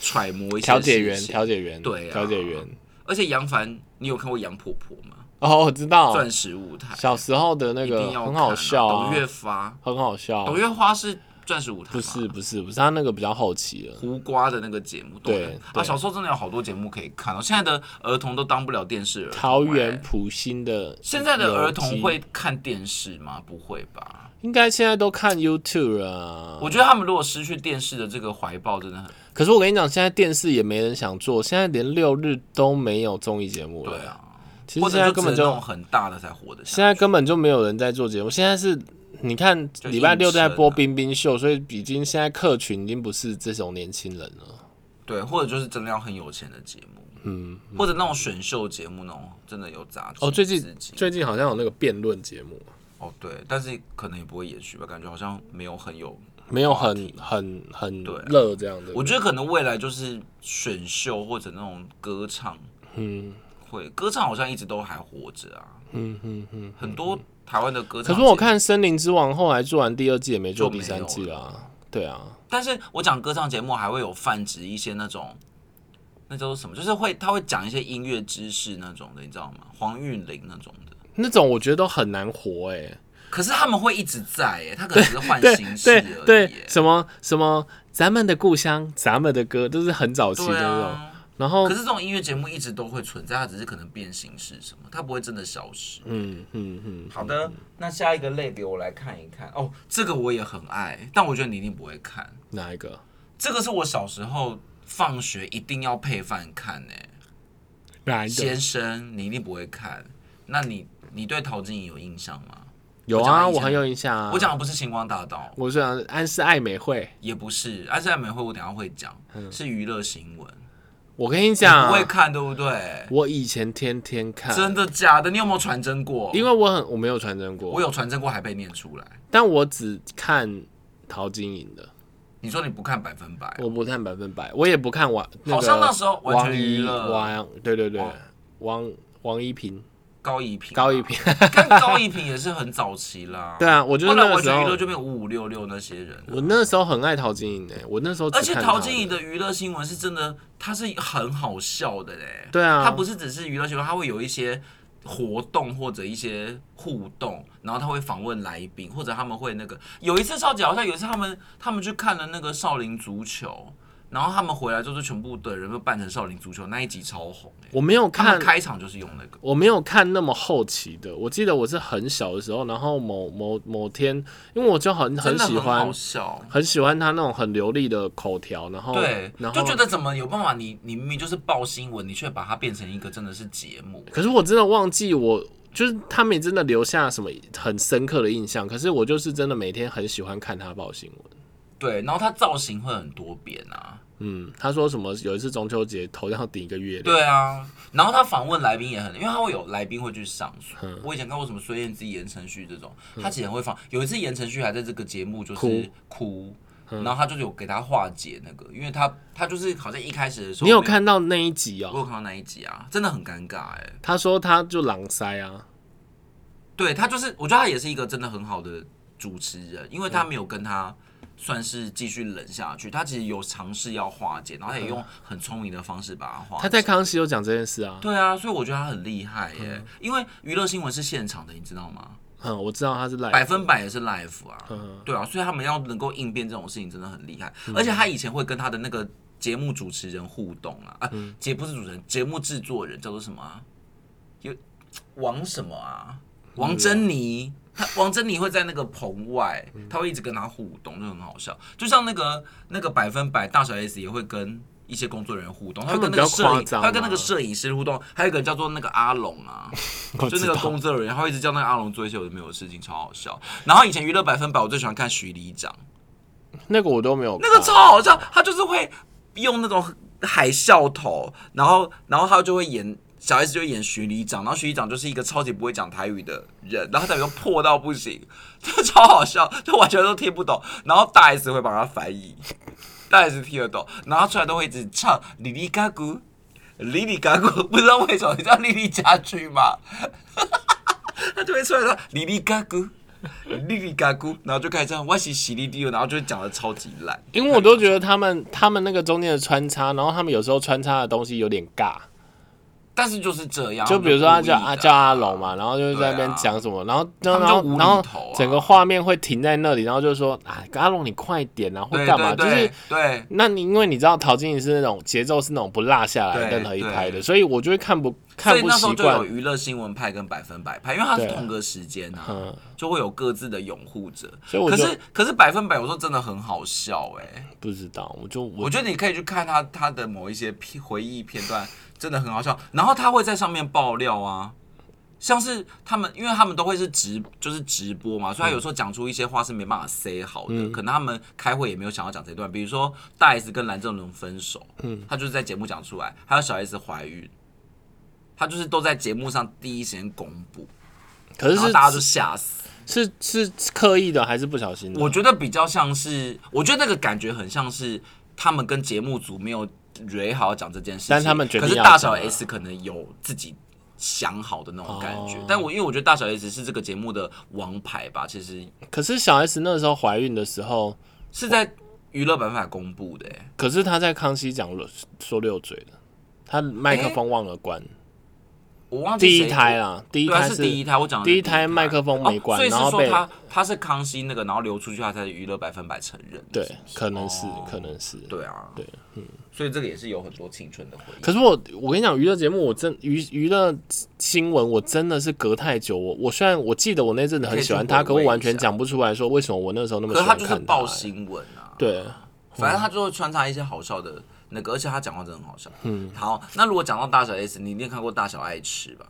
Speaker 2: 揣摩一些
Speaker 1: 调解
Speaker 2: 事
Speaker 1: 员，
Speaker 2: 情
Speaker 1: 调解员，
Speaker 2: 对啊
Speaker 1: 调解员。
Speaker 2: 而且杨凡，你有看过杨婆婆吗？
Speaker 1: 哦，我知道，
Speaker 2: 钻石舞台
Speaker 1: 小时候的那
Speaker 2: 一定
Speaker 1: 个
Speaker 2: 要
Speaker 1: 很
Speaker 2: 看
Speaker 1: 好
Speaker 2: 啊
Speaker 1: 笑啊
Speaker 2: 董，月发，
Speaker 1: 很好笑啊。
Speaker 2: 董月花是钻石舞台吗
Speaker 1: 不是不是不是，他那个比较后期了。
Speaker 2: 胡瓜的那个节目，
Speaker 1: 对
Speaker 2: 对
Speaker 1: 对
Speaker 2: 啊，小时候真的有好多节目可以看哦。现在的儿童都当不了电视儿童
Speaker 1: 桃
Speaker 2: 哎
Speaker 1: 园普星的
Speaker 2: 现在的儿童
Speaker 1: 有
Speaker 2: 会
Speaker 1: 机，
Speaker 2: 看电视吗？不会吧？
Speaker 1: 应该现在都看 YouTube 了啊。
Speaker 2: 我觉得他们如果失去电视的这个怀抱，真的很
Speaker 1: 可是我跟你讲，现在电视也没人想做，现在连六日都没有综艺节目了。
Speaker 2: 对，啊，
Speaker 1: 其
Speaker 2: 或
Speaker 1: 实现在
Speaker 2: 者
Speaker 1: 根
Speaker 2: 就
Speaker 1: 本
Speaker 2: 只能
Speaker 1: 就
Speaker 2: 那种很大的才活得
Speaker 1: 现在
Speaker 2: 下。
Speaker 1: 根本就没有人在做节目，现在是你看
Speaker 2: 就
Speaker 1: 礼拜六在播
Speaker 2: 硬撑啊
Speaker 1: 冰冰秀，所以已经现在客群已经不是这种年轻人了。
Speaker 2: 对，或者就是真的要很有钱的节目，
Speaker 1: 嗯，
Speaker 2: 或者那种选秀节目那种，真的有杂志
Speaker 1: 哦，最近
Speaker 2: 自己
Speaker 1: 最近好像有那个辩论节目，
Speaker 2: 哦对，但是可能也不会延续吧，感觉好像没有很有。
Speaker 1: 没有很很很
Speaker 2: 对啊
Speaker 1: 热这样的。
Speaker 2: 我觉得可能未来就是选秀或者那种歌唱
Speaker 1: 嗯
Speaker 2: 会，歌唱好像一直都还活着啊，
Speaker 1: 嗯嗯嗯。
Speaker 2: 很多台湾的歌
Speaker 1: 可
Speaker 2: 唱。
Speaker 1: 是我，看《森林之王》后来做完第二季也没做
Speaker 2: 就没
Speaker 1: 第三季
Speaker 2: 有
Speaker 1: 啦、对啊，
Speaker 2: 但是我讲歌唱节目还会有泛指一些那种，那叫做什么？就是会他会讲一些音乐知识那种的，你知道吗？黄韵玲那种的。
Speaker 1: 那种我觉得都很难活哎、
Speaker 2: 可是他们会一直在耶，他可能只是换
Speaker 1: 对
Speaker 2: 形式而
Speaker 1: 对
Speaker 2: 已
Speaker 1: 对
Speaker 2: 耶，
Speaker 1: 什么什么，咱们的故乡，咱们的歌，都是很早期的
Speaker 2: 对
Speaker 1: 那种。
Speaker 2: 啊。
Speaker 1: 然后
Speaker 2: 可是这种音乐节目一直都会存在，它只是可能变形式什么，它不会真的消失。
Speaker 1: 嗯嗯嗯，
Speaker 2: 好的，那下一个类别我来看一看哦，这个我也很爱，但我觉得你一定不会看。
Speaker 1: 哪一个？
Speaker 2: 这个是我小时候放学一定要配饭看呢、
Speaker 1: 哪一个？
Speaker 2: 先生，你一定不会看。那你你对陶晶莹有印象吗？
Speaker 1: 有
Speaker 2: 讲
Speaker 1: 啊，
Speaker 2: 以前
Speaker 1: 我很有印象啊。
Speaker 2: 我讲的不是星光大道，
Speaker 1: 我是讲安室爱美惠，
Speaker 2: 也不是，安室爱美惠，我等一下会讲，
Speaker 1: 嗯
Speaker 2: 是娱乐新闻，
Speaker 1: 我跟你
Speaker 2: 不
Speaker 1: 讲，
Speaker 2: 会看对不对？
Speaker 1: 我以前天天看，
Speaker 2: 真的假的？你有没有传真过？
Speaker 1: 嗯因为我很我没有传真
Speaker 2: 我
Speaker 1: 过，
Speaker 2: 有传真过，还被念出来。
Speaker 1: 但我只看陶晶莹的，
Speaker 2: 你说你不看百分百，
Speaker 1: 我不看百分百，我也不看王，
Speaker 2: 好像那时候完
Speaker 1: 王
Speaker 2: 全娱
Speaker 1: 一
Speaker 2: 乐哦
Speaker 1: 王，对对对
Speaker 2: 王，
Speaker 1: 王王一平，
Speaker 2: 高一平，
Speaker 1: 高一， 平，
Speaker 2: 看高一平也是很早期啦。
Speaker 1: 对啊，我就是
Speaker 2: 哦后来
Speaker 1: 那个
Speaker 2: 完
Speaker 1: 时
Speaker 2: 全娱乐
Speaker 1: 候，
Speaker 2: 就变五五六六那些人了。
Speaker 1: 我那时候很爱陶晶莹诶，我那时候只
Speaker 2: 而且
Speaker 1: 看
Speaker 2: 陶
Speaker 1: 她
Speaker 2: 晶莹的娱乐新闻是真的，它是很好笑的嘞。
Speaker 1: 对啊
Speaker 2: 它不是只是娱乐新闻，它会有一些活动或者一些互动，然后他会访问来宾，或者他们会那个有一次超级好笑，有一次他们他们去看了那个少林足球，然后他们回来就是全部的人都扮成少林足球那一集超红欸
Speaker 1: 我没有
Speaker 2: 他们
Speaker 1: 看
Speaker 2: 开场就是用那个，
Speaker 1: 我没有看那么后期的，我记得我是很小的时候，然后某某某天，因为我就很
Speaker 2: 真的
Speaker 1: 喜欢
Speaker 2: 好，笑。
Speaker 1: 很喜欢他那种很流利的口条，然后
Speaker 2: 对，
Speaker 1: 哦然后
Speaker 2: 就觉得怎么有办法你？你明明就是报新闻，你却把它变成一个真的是节目。
Speaker 1: 可是我真的忘记我。就是他们也真的留下什么很深刻的印象，可是我就是真的每天很喜欢看他报新闻。
Speaker 2: 对，然后它造型会很多变啊。
Speaker 1: 嗯，他说什么有一次中秋节头上顶一个月亮，
Speaker 2: 对啊，然后他访问来宾也很，因为他会有来宾会去上诉。
Speaker 1: 嗯
Speaker 2: 我以前看过什么孙燕姿、言承旭这种，他之前会放。有一次言承旭还在这个节目就是哭，
Speaker 1: 嗯
Speaker 2: 然后他就是有给他化解那个，因为他他就是好像一开始的时候，
Speaker 1: 你有？看到那一集
Speaker 2: 我
Speaker 1: 哦？
Speaker 2: 有看到那一集啊，真的很尴尬哎、
Speaker 1: 他说他就狼塞啊，
Speaker 2: 对他就是，我觉得他也是一个真的很好的主持人，因为
Speaker 1: 嗯
Speaker 2: 他没有跟他算是继续冷下去，他其实有尝试要化解，然后他
Speaker 1: 嗯
Speaker 2: 也用很聪明的方式把它化解。
Speaker 1: 他在康熙有讲这件事啊。
Speaker 2: 对啊，所以我觉得他很厉害耶，因为娱乐新闻是现场的，你知道吗？
Speaker 1: 嗯，我知道他是赖
Speaker 2: 百分百也是 live 啊，
Speaker 1: 嗯
Speaker 2: 对啊，所以他们要能够应变这种事情真的很厉害，而且他以前会跟他的那个节目主持人互动啊，啊，
Speaker 1: 嗯
Speaker 2: 节、不是主持人，节目制作人叫做什么、啊？有王什么啊？王珍妮。他王珍妮会在那个棚外，
Speaker 1: 嗯
Speaker 2: 他会一直跟他互动，就很好笑。就像那个那个百分百大小 S 也会跟一些工作人员互动，他会
Speaker 1: 他们
Speaker 2: 跟
Speaker 1: 比
Speaker 2: 那个
Speaker 1: 较
Speaker 2: 摄
Speaker 1: 夸
Speaker 2: 影，
Speaker 1: 张
Speaker 2: 他会跟那
Speaker 1: 啊
Speaker 2: 个摄影师互动，还有一个人叫做那个阿龙啊，
Speaker 1: 我
Speaker 2: 就
Speaker 1: 知道
Speaker 2: 那个工作人员，他会一直叫那个阿龙做一些有的没有的事情，超好笑。然后以前娱乐百分百，我最喜欢看徐里长，
Speaker 1: 那个我都没有看，
Speaker 2: 那个超好笑，他就是会用那种海啸头，然后然后他就会演。小 S 就会演徐里长，然后徐里长就是一个超级不会讲台语的人，然后台语又破到不行， 就超好笑，就完全都听不懂。然后大 S 会帮他翻译，大 S 听得懂，然后出来都会一直唱里里嘎咕，里里嘎咕，不知道为什么你知道莉莉家居吗？ 他就会出来说里里嘎咕，里里嘎咕，然后就开始这样哇西西里丢，然后就讲的超级烂。
Speaker 1: 因为我都觉得他们他们那个中间的穿插，然后他们有时候穿插的东西有点尬，
Speaker 2: 但是就是这样，
Speaker 1: 就比如说他叫
Speaker 2: 故意的
Speaker 1: 啊叫阿龙，嘛，然后就在那边
Speaker 2: 对啊
Speaker 1: 讲什么，然后然
Speaker 2: 们
Speaker 1: 后
Speaker 2: 就
Speaker 1: 然后
Speaker 2: 无厘
Speaker 1: 然后
Speaker 2: 头啊
Speaker 1: 整个画面会停在那里，然后就说啊阿龙你快点啊，或
Speaker 2: 对
Speaker 1: 干嘛，
Speaker 2: 对
Speaker 1: 就
Speaker 2: 对
Speaker 1: 是。
Speaker 2: 对
Speaker 1: 那你因为你知道陶晶莹是那种节奏是那种不落下来
Speaker 2: 对
Speaker 1: 任何一
Speaker 2: 对
Speaker 1: 拍的，所以我就会看不看
Speaker 2: 所以
Speaker 1: 不
Speaker 2: 那时候
Speaker 1: 习
Speaker 2: 就有
Speaker 1: 惯。
Speaker 2: 娱乐新闻派跟百分百派，因为它是
Speaker 1: 对啊
Speaker 2: 同个时间啊，
Speaker 1: 嗯
Speaker 2: 就会有各自的拥护者。
Speaker 1: 所以我
Speaker 2: 可
Speaker 1: 就是
Speaker 2: 可是百分百，我说真的很好笑哎、
Speaker 1: 不知道，我就我
Speaker 2: 我觉得你可以去看他他的某一些片回忆片段，真的很好笑。然后他会在上面爆料啊，像是他们，因为他们都会是直就是直播嘛，所以他有时候讲出一些话是没办法塞好的，
Speaker 1: 嗯
Speaker 2: 可能他们开会也没有想要讲这段，比如说大 S 跟蓝正龙分手，
Speaker 1: 嗯
Speaker 2: 他就是在节目讲出来，还有小 S 怀孕。他就是都在节目上第一时间公布，
Speaker 1: 可是
Speaker 2: 然后
Speaker 1: 是
Speaker 2: 大家就吓死。
Speaker 1: 是是是刻意的还是不小心的？
Speaker 2: 我觉得比较像是，我觉得那个感觉很像是他们跟节目组没有蕊好讲这件事情，
Speaker 1: 但他们决定
Speaker 2: 可是
Speaker 1: 要
Speaker 2: 大小
Speaker 1: 讲啊
Speaker 2: S 可能有自己想好的那种感觉，
Speaker 1: 哦
Speaker 2: 但我因为我觉得大小 S 是这个节目的王牌吧，其实
Speaker 1: 可是小 S 那时候怀孕的时候，
Speaker 2: 是在娱乐百分百公布的、欸，
Speaker 1: 可是他在康熙讲了说六嘴的，他麦克风忘了关，
Speaker 2: 我忘记
Speaker 1: 第
Speaker 2: 谁
Speaker 1: 一胎。啦，第一
Speaker 2: 对啊，
Speaker 1: 胎
Speaker 2: 是第一
Speaker 1: 胎，
Speaker 2: 胎，我讲的是
Speaker 1: 第
Speaker 2: 第
Speaker 1: 一胎麦克风没关
Speaker 2: 哦所以
Speaker 1: 然
Speaker 2: 是
Speaker 1: 后
Speaker 2: 说
Speaker 1: 被
Speaker 2: 他他是康熙那个，然后流出去，他才是娱乐百分百承认的。
Speaker 1: 对
Speaker 2: 是不，是
Speaker 1: 可能是
Speaker 2: 哦，
Speaker 1: 可能是。
Speaker 2: 对啊，对，嗯，所以这个也是有很多青春的回忆。
Speaker 1: 可是我，我跟你讲，娱乐节目我真娱娱乐新闻，我真的是隔太久。我我虽然我记得我那阵子很喜欢他，
Speaker 2: 可以去
Speaker 1: 可
Speaker 2: 回味
Speaker 1: 我
Speaker 2: 一下
Speaker 1: 完全讲不出来说为什么我那时候那么
Speaker 2: 可
Speaker 1: 喜
Speaker 2: 是他
Speaker 1: 欢
Speaker 2: 就是
Speaker 1: 看他。欸
Speaker 2: 报新闻啊，，
Speaker 1: 对，
Speaker 2: 反正他就会穿插一些好笑的那个，而且他讲话真的很好笑。嗯，好，那如果讲到大小 S，你一定看过《大小爱吃》吧？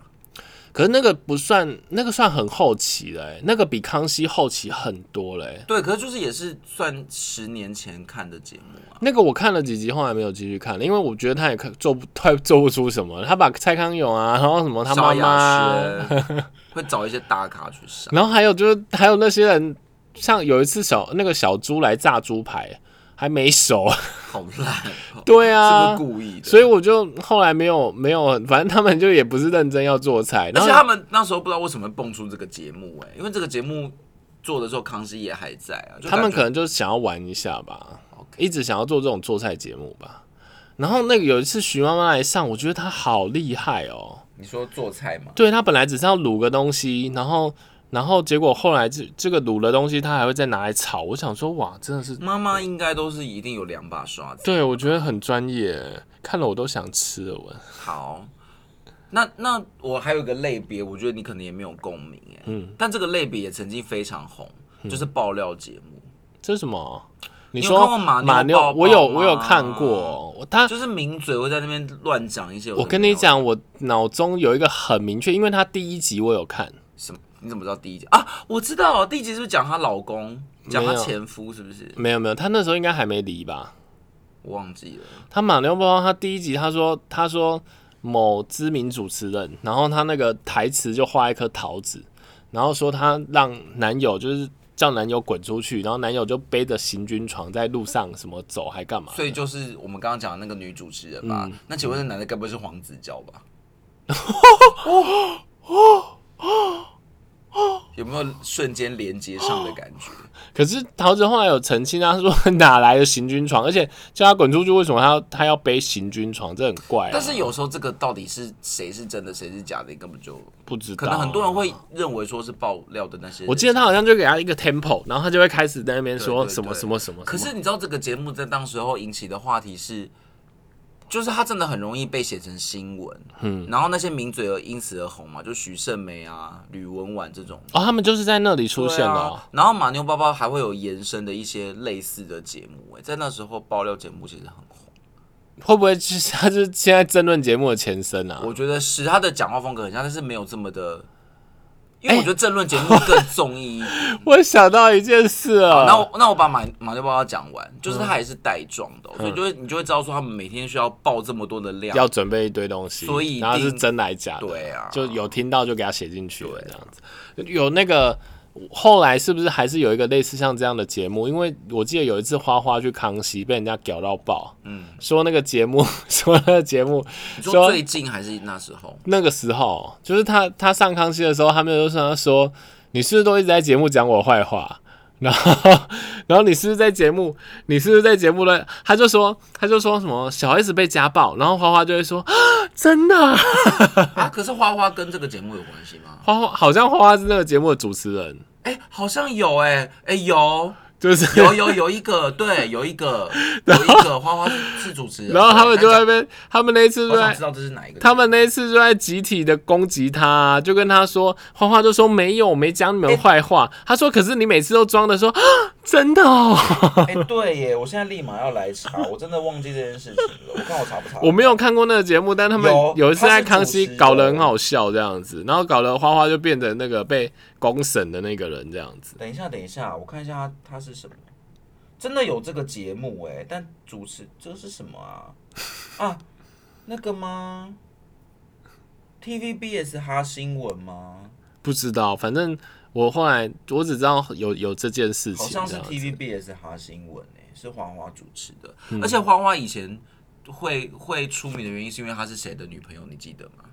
Speaker 1: 可是那个不算，那个算很后期了、欸，那个比康熙后期很多了、欸。
Speaker 2: 对，可是就是也是算十年前看的节目啊。
Speaker 1: 那个我看了几集，后来没有继续看了，因为我觉得他也看做不太做不出什么。他把蔡康永啊，然后什么他妈
Speaker 2: 萧
Speaker 1: 妈啊，
Speaker 2: 亚轩会找一些大咖去上，
Speaker 1: 然后还有就是还有那些人，像有一次小那个小猪来炸猪排，还没熟。
Speaker 2: 好烂、哦，
Speaker 1: 对
Speaker 2: 是不
Speaker 1: 啊
Speaker 2: 是，故意的？
Speaker 1: 所以我就后来没有没有，反正他们就也不是认真要做菜，
Speaker 2: 而
Speaker 1: 然
Speaker 2: 且他
Speaker 1: 后
Speaker 2: 们那时候不知道为什么蹦出这个节目、哎，因为这个节目做的时候康熙也还在啊，就
Speaker 1: 他们
Speaker 2: 感觉
Speaker 1: 可能就是想要玩一下吧，一直想要做这种做菜节目吧。然后那个有一次徐妈妈来上，我觉得她好厉害哦。
Speaker 2: 你说做菜嘛，
Speaker 1: 对她本来只是要卤个东西，然后然后结果后来这这个卤的东西她还会再拿来炒，我想说哇，真的是
Speaker 2: 妈妈应该都是一定有两把刷子。
Speaker 1: 对我觉得很专业，看了我都想吃了。我
Speaker 2: 好，那那我还有一个类别，我觉得你可能也没有共鸣哎、
Speaker 1: 嗯
Speaker 2: 但这个类别也曾经非常红，就是爆料节目，
Speaker 1: 这是什么？你
Speaker 2: 有
Speaker 1: 说
Speaker 2: 看过马妞
Speaker 1: 妞
Speaker 2: 抱抱
Speaker 1: 我有我有
Speaker 2: 吗
Speaker 1: 看过，我他
Speaker 2: 就是名嘴会在那边乱讲一些有的没有的。
Speaker 1: 我跟你讲，我脑中有一个很明确，因为他第一集我有看，
Speaker 2: 什么？你怎么知道第一集啊？我知道第一集是不是讲她老公，讲她
Speaker 1: 没有
Speaker 2: 前夫是不是？
Speaker 1: 没有没有，他那时候应该还没离吧？
Speaker 2: 我忘记了。
Speaker 1: 他马妞包包，他第一集他说他说某知名主持人，然后他那个台词就画一颗桃子，然后说他让男友就是叫男友滚出去，然后男友就背着行军床在路上什么走还干嘛？
Speaker 2: 所以就是我们刚刚讲的那个女主持人
Speaker 1: 嗯
Speaker 2: 吧？那请问那男的该不会是黄子佼 吧？有没有瞬间连接上的感觉？
Speaker 1: 可是桃子后来有澄清啊，他说 哪来的行军床？而且叫他滚出去，为什么他要他要背行军床？这很怪、啊。
Speaker 2: 但是有时候这个到底是谁是真的，谁是假的，你根本就
Speaker 1: 不知道，
Speaker 2: 可能很多人。会认为说是爆料的那些人。
Speaker 1: 我记得他好像就给他一个 tempo，然后他就会开始在那边说
Speaker 2: 对对
Speaker 1: 什么
Speaker 2: 对
Speaker 1: 什么什么。
Speaker 2: 可
Speaker 1: 什
Speaker 2: 是
Speaker 1: 么
Speaker 2: 你知道这个节目在当时候引起的话题是，就是它真的很容易被写成新闻，嗯，然后那些名嘴而因此而红嘛，就许胜梅啊、吕文婉这种。
Speaker 1: 哦，他们就是在那里出现
Speaker 2: 对
Speaker 1: 的哦、
Speaker 2: 啊，然后马妞包包还会有延伸的一些类似的节目、哎，在那时候爆料节目其实很红，
Speaker 1: 会不会就是他就是现在争论节目的前身啊？
Speaker 2: 我觉得是他的讲话风格很像，但是没有这么的，因
Speaker 1: 哎
Speaker 2: 为我觉得政论节目更综艺一点。
Speaker 1: 我想到一件事
Speaker 2: 好那
Speaker 1: 哦，
Speaker 2: 我那我把马马六包包讲完，就是
Speaker 1: 嗯
Speaker 2: 它也是带状的哦、所以就会你就会知道说他们每天需要爆这么多的 量，
Speaker 1: 要准备一堆东西，
Speaker 2: 所以一定
Speaker 1: 然后是真来假的，
Speaker 2: 对啊
Speaker 1: 就有听到就给他写进去了这样子。有那个后来是不是还是有一个类似像这样的节目？因为我记得有一次花花去康熙被人家屌到爆，
Speaker 2: 嗯，
Speaker 1: 说那个节目 说那个节目
Speaker 2: 你
Speaker 1: 说
Speaker 2: 说最近还是那时候？
Speaker 1: 那个时候，就是他他上康熙的时候，他们就说他说你是不是都一直在节目讲我坏话？然后，然后你是不是在节目？你是不是在节目呢？ 他就说，他就说什么小 S 被家暴，然后花花就会说，啊、真的啊、
Speaker 2: 啊，可是花花跟这个节目有关系吗？
Speaker 1: 花花好像花花是那个节目的主持人，
Speaker 2: 哎、好像有哎、哎、有
Speaker 1: 就是，
Speaker 2: 有有有一个，对，有一个有一个花花是是主持人，
Speaker 1: 然后他们就
Speaker 2: 对
Speaker 1: 在那边，他们那一次
Speaker 2: 但
Speaker 1: 就
Speaker 2: 讲我想
Speaker 1: 在
Speaker 2: 知道这是哪一个，
Speaker 1: 他们那一次就在集体的攻击他、就跟他说，花花就说没有，我没讲你们坏话。他说，可是你每次都装的说，啊、真的哦。
Speaker 2: 哎、对耶，我现在立马要来查，我真的忘记这件事情了，我看我查不查
Speaker 1: 我没有看过那个节目，但他们
Speaker 2: 有
Speaker 1: 有一次在康熙
Speaker 2: 他是主持人
Speaker 1: 搞得很好笑这样子，然后搞得花花就变成那个被公审的那个人这样子。
Speaker 2: 等一下，等一下，我看一下它它是什么。真的有这个节目哎、但主持这是什么啊？啊，那个吗？TVBS 哈新闻吗？
Speaker 1: 不知道，反正我后来我只知道有有这件事
Speaker 2: 好
Speaker 1: 情这样
Speaker 2: 像是
Speaker 1: 子。
Speaker 2: TVBS 哈新闻哎、是花花主持的，
Speaker 1: 嗯
Speaker 2: 而且花花以前会会出名的原因是因为她是谁的女朋友，你记得吗？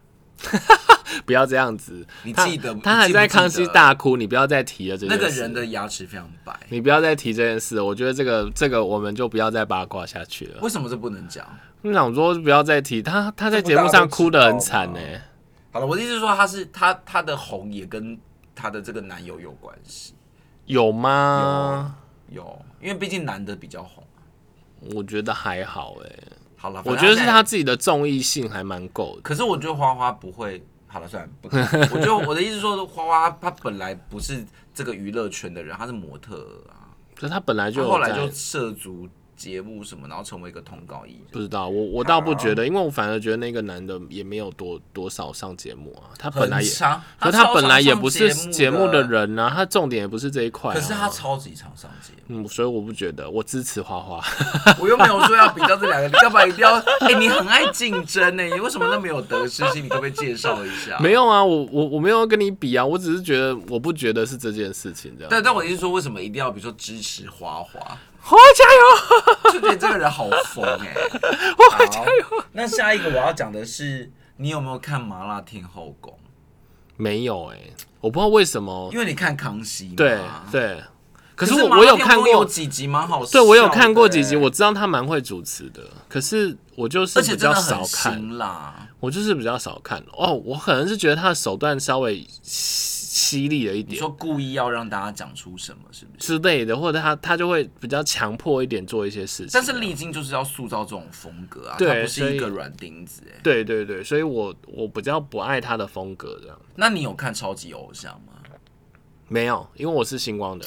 Speaker 1: 不要这样子，
Speaker 2: 你
Speaker 1: 他
Speaker 2: 记得
Speaker 1: 他还
Speaker 2: 你记不
Speaker 1: 在
Speaker 2: 记得
Speaker 1: 康熙大哭，你不要再提了这件
Speaker 2: 那
Speaker 1: 事。
Speaker 2: 个人的牙齿非常白，
Speaker 1: 你不要再提这件事，我觉得这个这个我们就不要再八卦下去了。
Speaker 2: 为什么这不能讲？
Speaker 1: 我想说不要再提他，他在
Speaker 2: 这不
Speaker 1: 节目
Speaker 2: 大家
Speaker 1: 上
Speaker 2: 都知
Speaker 1: 哭得很
Speaker 2: 道
Speaker 1: 惨欸呢、
Speaker 2: 吗好了，我的意思是说，她是她她的红也跟她的这个男友有关系，
Speaker 1: 有吗？
Speaker 2: 有，因为毕竟男的比较红。啊
Speaker 1: 我觉得还好哎、
Speaker 2: 好了，
Speaker 1: 我
Speaker 2: 反正
Speaker 1: 觉得是
Speaker 2: 现在
Speaker 1: 他，自己的综艺性还蛮够的。
Speaker 2: 可是我觉得花花不会。好了，算了，不可 能。我觉得我的意思是说，花花她本来不是这个娱乐圈的人，她是模特儿啊，
Speaker 1: 可是他本来就
Speaker 2: 她
Speaker 1: 有
Speaker 2: 后来
Speaker 1: 在
Speaker 2: 就涉足节目什么，然后成为一个通告艺人。
Speaker 1: 不知道，我我倒不
Speaker 2: 啊
Speaker 1: 觉得，因为我反而觉得那个男的也没有多多少上节目啊，他本来也
Speaker 2: 很，长，
Speaker 1: 可
Speaker 2: 他
Speaker 1: 本来也不是
Speaker 2: 节
Speaker 1: 节目的，人啊，他重点也不是这一块、啊。
Speaker 2: 可是他超级常上节目。
Speaker 1: 嗯，所以我不觉得，我支持花花。
Speaker 2: 我又没有说要比较这两个，你干嘛一定要？哎、你很爱竞争呢、你为什么那么有得失心？你可不可以介绍一下？
Speaker 1: 没有啊，我我我没有要跟你比啊，我只是觉得我不觉得是这件事情这样。
Speaker 2: 但但我的意思是说，为什么一定要比如说支持花花？
Speaker 1: 花加油！
Speaker 2: 就觉得这个人好疯 哎、花加油！那下一个我要讲的是，你有没有看《麻辣天后宫
Speaker 1: 没有哎、我不知道为什》？么。
Speaker 2: 因为你看康熙嘛
Speaker 1: 对对，可
Speaker 2: 可
Speaker 1: 是
Speaker 2: 是
Speaker 1: 我
Speaker 2: 麻
Speaker 1: 我
Speaker 2: 辣
Speaker 1: 有
Speaker 2: 天
Speaker 1: 看
Speaker 2: 后宫有
Speaker 1: 过，
Speaker 2: 几集蛮好笑的欸、欸
Speaker 1: 对我有看过几集，我知道他蛮会主持的，可是我就是
Speaker 2: 而且
Speaker 1: 比
Speaker 2: 真
Speaker 1: 较
Speaker 2: 的
Speaker 1: 少
Speaker 2: 很
Speaker 1: 看，
Speaker 2: 辛辣。
Speaker 1: 我就是比较少看哦。我可能是觉得他的手段稍微犀犀利了一
Speaker 2: 你
Speaker 1: 点
Speaker 2: 说故意要让大家讲出什么，是不是？
Speaker 1: 之类的，或者他他就会比较强迫一点做一些事情。
Speaker 2: 但是历经就是要塑造这种风格啊，
Speaker 1: 对
Speaker 2: 它不
Speaker 1: 所
Speaker 2: 是
Speaker 1: 以
Speaker 2: 一个软钉子哎、
Speaker 1: 对对对，所以我我比较不爱他的风格这样。
Speaker 2: 那你有看超级偶像吗？
Speaker 1: 没有，因为我是星光的。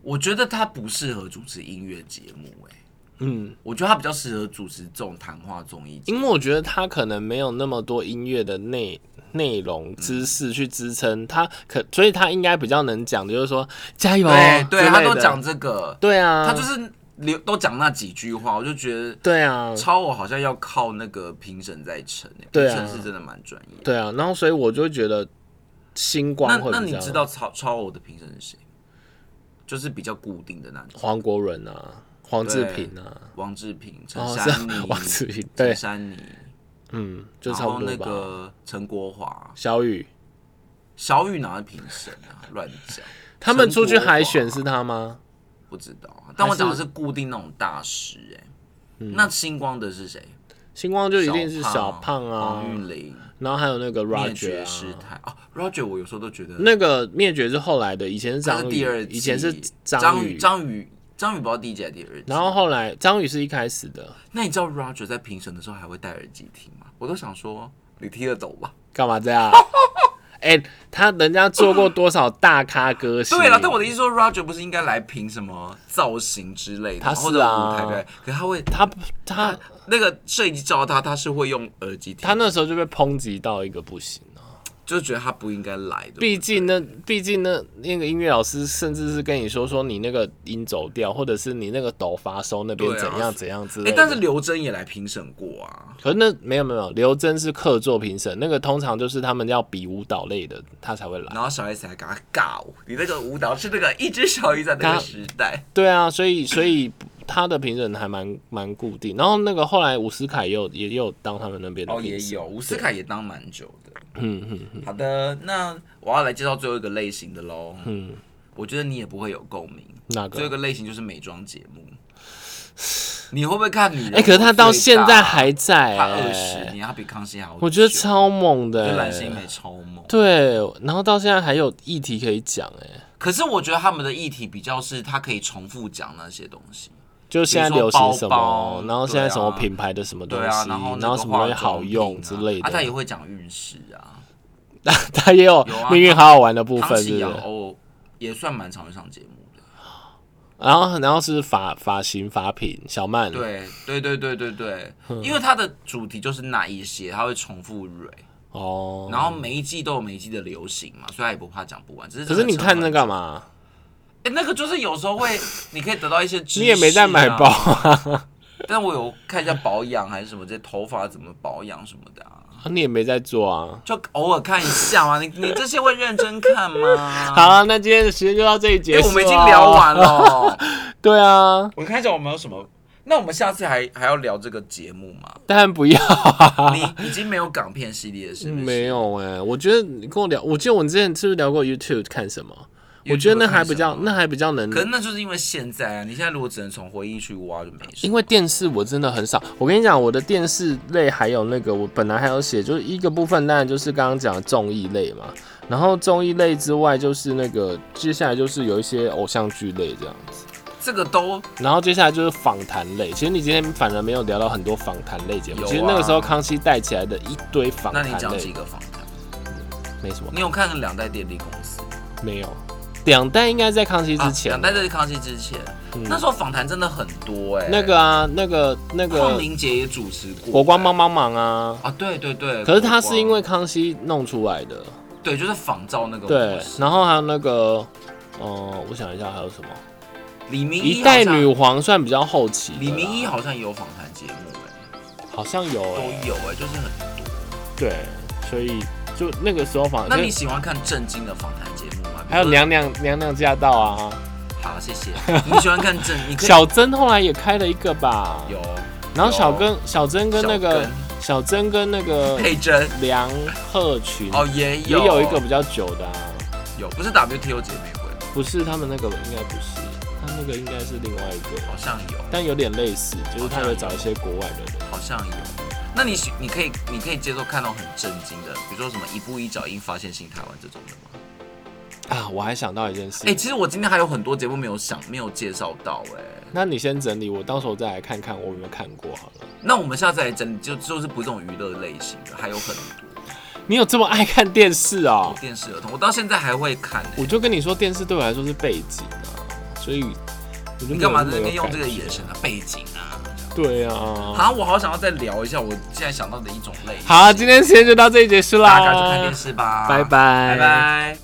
Speaker 2: 我觉得他不适合主持音乐节目哎、
Speaker 1: 嗯，
Speaker 2: 我觉得他比较适合主持这种谈话综艺节目。
Speaker 1: 因为我觉得他可能没有那么多音乐的内内容
Speaker 2: 嗯
Speaker 1: 知识去支撑他，可所以他应该比较能讲，就是说加油，
Speaker 2: 对对，
Speaker 1: 哦之
Speaker 2: 他
Speaker 1: 类
Speaker 2: 都
Speaker 1: 的
Speaker 2: 讲，这个，
Speaker 1: 对啊，
Speaker 2: 他就是留都讲那几句话，我就觉得
Speaker 1: 对啊，
Speaker 2: 超我好像要靠那个评审在撑、欸，
Speaker 1: 对啊
Speaker 2: 评审是真的蛮专业的。
Speaker 1: 对啊，然后所以我就觉得星光
Speaker 2: 那
Speaker 1: 会
Speaker 2: 那
Speaker 1: 比
Speaker 2: 你
Speaker 1: 较
Speaker 2: 知道超超偶的评审是谁吗？就是比较固定的那种，
Speaker 1: 黄国伦啊、黄志
Speaker 2: 对
Speaker 1: 平啊，
Speaker 2: 王志平、陈
Speaker 1: 哦
Speaker 2: 珊妮、
Speaker 1: 是 王志平，对
Speaker 2: 陈，珊妮，
Speaker 1: 嗯，就
Speaker 2: 然
Speaker 1: 差不
Speaker 2: 后
Speaker 1: 多
Speaker 2: 那
Speaker 1: 吧。
Speaker 2: 个陈国华、
Speaker 1: 小雨
Speaker 2: 小雨哪是评审啊？乱讲，
Speaker 1: 他们出去
Speaker 2: 陈国华啊
Speaker 1: 海选是他吗？
Speaker 2: 不知道啊，但我
Speaker 1: 还是
Speaker 2: 讲的是固定那种大师哎、那星光的是谁？
Speaker 1: 星光嗯就一定是小
Speaker 2: 小
Speaker 1: 胖啊
Speaker 2: 黄，玉玲、
Speaker 1: 然后还有那个
Speaker 2: 灭
Speaker 1: Roger
Speaker 2: 绝师
Speaker 1: 啊，
Speaker 2: 太啊，Roger，我有时候都觉得
Speaker 1: 那个灭绝是后来的，以前是
Speaker 2: 他
Speaker 1: 张
Speaker 2: 是
Speaker 1: 宇，
Speaker 2: 第二季，
Speaker 1: 以前是
Speaker 2: 张
Speaker 1: 宇，
Speaker 2: 张宇张宇不知道第一季还是第二季。
Speaker 1: 然后后来张宇是一开始的，
Speaker 2: 那你知道 Roger 在评审的时候还会戴耳机听吗？我都想说你听得懂吗？
Speaker 1: 干嘛这样？ 哎、他人家做过多少大咖歌星？
Speaker 2: 对啊了，但我的意思说 Roger 不是应该来评什么造型之类的，
Speaker 1: 他是
Speaker 2: 或者舞
Speaker 1: 啊
Speaker 2: 台表演，可是他会
Speaker 1: 他他
Speaker 2: 那个摄影机照他，他是会用耳机听，
Speaker 1: 他那时候就被抨击到一个不行啊！
Speaker 2: 就觉得他不应该来的。
Speaker 1: 毕竟那毕竟那那个音乐老师甚至是跟你说说你那个音走调，或者是你那个抖发收那边
Speaker 2: 对啊
Speaker 1: 怎样怎样之类
Speaker 2: 哎、
Speaker 1: 的。
Speaker 2: 但是刘真也来评审过啊，
Speaker 1: 可是那没有没有没有，刘真是客座评审，那个通常就是他们要比舞蹈类的，他才会来。
Speaker 2: 然后小 S 还给他尬舞，你那个舞蹈是那个一只小鱼在那
Speaker 1: 他
Speaker 2: 个时代，
Speaker 1: 对啊，所以所以他的评审还蛮蛮固定。然后那个后来伍思凯也有也有当他们那边的
Speaker 2: 哦
Speaker 1: 评
Speaker 2: 也
Speaker 1: 审，
Speaker 2: 有，伍思凯也当蛮久的。
Speaker 1: 嗯嗯嗯，
Speaker 2: 好的，那我要来介绍最后一个类型的喽。嗯，我觉得你也不会有共鸣。
Speaker 1: 那
Speaker 2: 最后一
Speaker 1: 个。
Speaker 2: 个类型就是美妆节目，你会不会看女人？
Speaker 1: 哎、可是他到现在还在、
Speaker 2: 他
Speaker 1: 哎
Speaker 2: 二十年，他比康熙还要久。
Speaker 1: 我觉得超猛的、
Speaker 2: 对
Speaker 1: 哎
Speaker 2: 蓝心湄超猛。
Speaker 1: 对，然后到现在还有议题可以讲，哎，
Speaker 2: 可是我觉得他们的议题比较是，他可以重复讲那些东西。
Speaker 1: 就现在流行什么，
Speaker 2: 比如说包包
Speaker 1: 然后现在什么
Speaker 2: 对啊
Speaker 1: 品牌的什么东
Speaker 2: 对
Speaker 1: 西，
Speaker 2: 啊，
Speaker 1: 然
Speaker 2: 然后那
Speaker 1: 后
Speaker 2: 个
Speaker 1: 什么东西
Speaker 2: 化妆
Speaker 1: 好用
Speaker 2: 品啊
Speaker 1: 之类的，
Speaker 2: 啊，他也会讲运势啊。
Speaker 1: 他也有
Speaker 2: 有啊
Speaker 1: 命运好好玩的部
Speaker 2: 康
Speaker 1: 分，是
Speaker 2: 熙
Speaker 1: 不
Speaker 2: 阳
Speaker 1: 是？
Speaker 2: 哦，也算蛮常上节目的。
Speaker 1: 然后，然后是发发型、发品，小曼，
Speaker 2: 对对对对对对，因为它的主题就是那一些，它会重复蕊，
Speaker 1: 哦，
Speaker 2: 然后每一季都有每一季的流行嘛，所以它也不怕讲不完。只是
Speaker 1: 可是你看那
Speaker 2: 那，
Speaker 1: 干嘛？
Speaker 2: 哎，那个就是有时候 会，你可以得到一些知识、
Speaker 1: 你也没在买包，啊，
Speaker 2: 但我有看一下保养还是什么，这头发怎么保养什么的啊。
Speaker 1: 你也没在做啊。
Speaker 2: 就偶尔看一下嘛，你你这些会认真看 吗？
Speaker 1: 好啊，那今天的时间就到这里结
Speaker 2: 哎，
Speaker 1: 束。啊
Speaker 2: 我们已经聊。完了。
Speaker 1: 对啊，
Speaker 2: 我看一下我们有什么，那我们下次还还要聊这个节目吗？
Speaker 1: 当然不要啊。
Speaker 2: 你已经没有港片系列了是不是？
Speaker 1: 没有哎、我觉得你跟我聊，我记得我们之前是不是聊过 YouTube 看什么？我觉得那还比较，那还比较能
Speaker 2: 可是那就是因为现在啊，你现在如果只能从回忆去挖就没事。
Speaker 1: 因为电视我真的很少，我跟你讲，我的电视类还有那个，我本来还有写，就是一个部分，当然就是刚刚讲的综艺类嘛，然后综艺类之外，就是那个接下来就是有一些偶像剧类这样子，
Speaker 2: 这个都
Speaker 1: 然后接下来就是访谈类。其实你今天反而没有聊到很多访谈类节目，
Speaker 2: 有啊啊
Speaker 1: 其实那个时候康熙带起来的一堆访
Speaker 2: 那
Speaker 1: 谈
Speaker 2: 你讲
Speaker 1: 类
Speaker 2: 几，个访谈？
Speaker 1: 没什么，
Speaker 2: 你有看《两代电力公司》？
Speaker 1: 没有，两代应该在康熙
Speaker 2: 啊
Speaker 1: 之前
Speaker 2: 两，代在康熙之前，那时候访谈真的很多哎、
Speaker 1: 那个啊，那个那
Speaker 2: 邝
Speaker 1: 个
Speaker 2: 玲姐也主持过
Speaker 1: 国光帮帮忙啊。
Speaker 2: 啊，对对对。
Speaker 1: 可是他是因
Speaker 2: 国
Speaker 1: 为康熙弄出来的，
Speaker 2: 光对，就是仿照那个模
Speaker 1: 对。
Speaker 2: 式
Speaker 1: 然后还有那个，呃，我想一下还有什么，
Speaker 2: 李明
Speaker 1: 一代
Speaker 2: 好像
Speaker 1: 女皇算比较后期的啦，
Speaker 2: 李明一好像也有访谈节目哎、
Speaker 1: 好像有
Speaker 2: 都
Speaker 1: 欸，
Speaker 2: 有哎、就是很。
Speaker 1: 对，所以就那个时候反
Speaker 2: 那
Speaker 1: 正
Speaker 2: 你喜欢看正经的访谈节目吗？
Speaker 1: 还有
Speaker 2: 比如说
Speaker 1: 娘娘娘娘驾到啊，
Speaker 2: 好，谢谢。你喜欢看正？你可以
Speaker 1: 小珍后来也开了一个吧，
Speaker 2: 有
Speaker 1: 然后
Speaker 2: 有
Speaker 1: 小跟小珍跟那个
Speaker 2: 小
Speaker 1: 小珍跟那个
Speaker 2: 佩珍
Speaker 1: 梁鹤群
Speaker 2: 哦，也
Speaker 1: 也
Speaker 2: 有
Speaker 1: 有一个比较久的啊，
Speaker 2: 有，不是 WTO 姐妹会，
Speaker 1: 不是他们那个应该不是，他那个应该是另外一个，
Speaker 2: 好像有，
Speaker 1: 但有点类似，就是他有找一些国外的人。
Speaker 2: 好像有。那你喜你可以你可以接受看到很震惊的，比如说什么一步一脚印发现新台湾这种的
Speaker 1: 嗯
Speaker 2: 吗？
Speaker 1: 啊，我还想到一件事，
Speaker 2: 哎、其实我今天还有很多节目没有想没有介绍到哎、
Speaker 1: 那你先整理，我到时候再来看看我有没有看过好了。
Speaker 2: 那我们下次来整理，就就是不是这种娱乐类型的，还有很多
Speaker 1: 你有这么爱看电视哦？
Speaker 2: 电视儿童，我到现在还会看、欸。
Speaker 1: 我就跟你说，电视对我来说是背景啊，所以我就
Speaker 2: 你
Speaker 1: 没有
Speaker 2: 干嘛在
Speaker 1: 么
Speaker 2: 那边
Speaker 1: 有
Speaker 2: 用这个
Speaker 1: 感觉
Speaker 2: 眼神啊？背景啊？
Speaker 1: 对啊。
Speaker 2: 好，我好想要再聊一下我现在想到的一种类型。
Speaker 1: 好，今天时间就到这里结束啦，
Speaker 2: 大家去看电视吧，
Speaker 1: 拜拜
Speaker 2: 拜拜。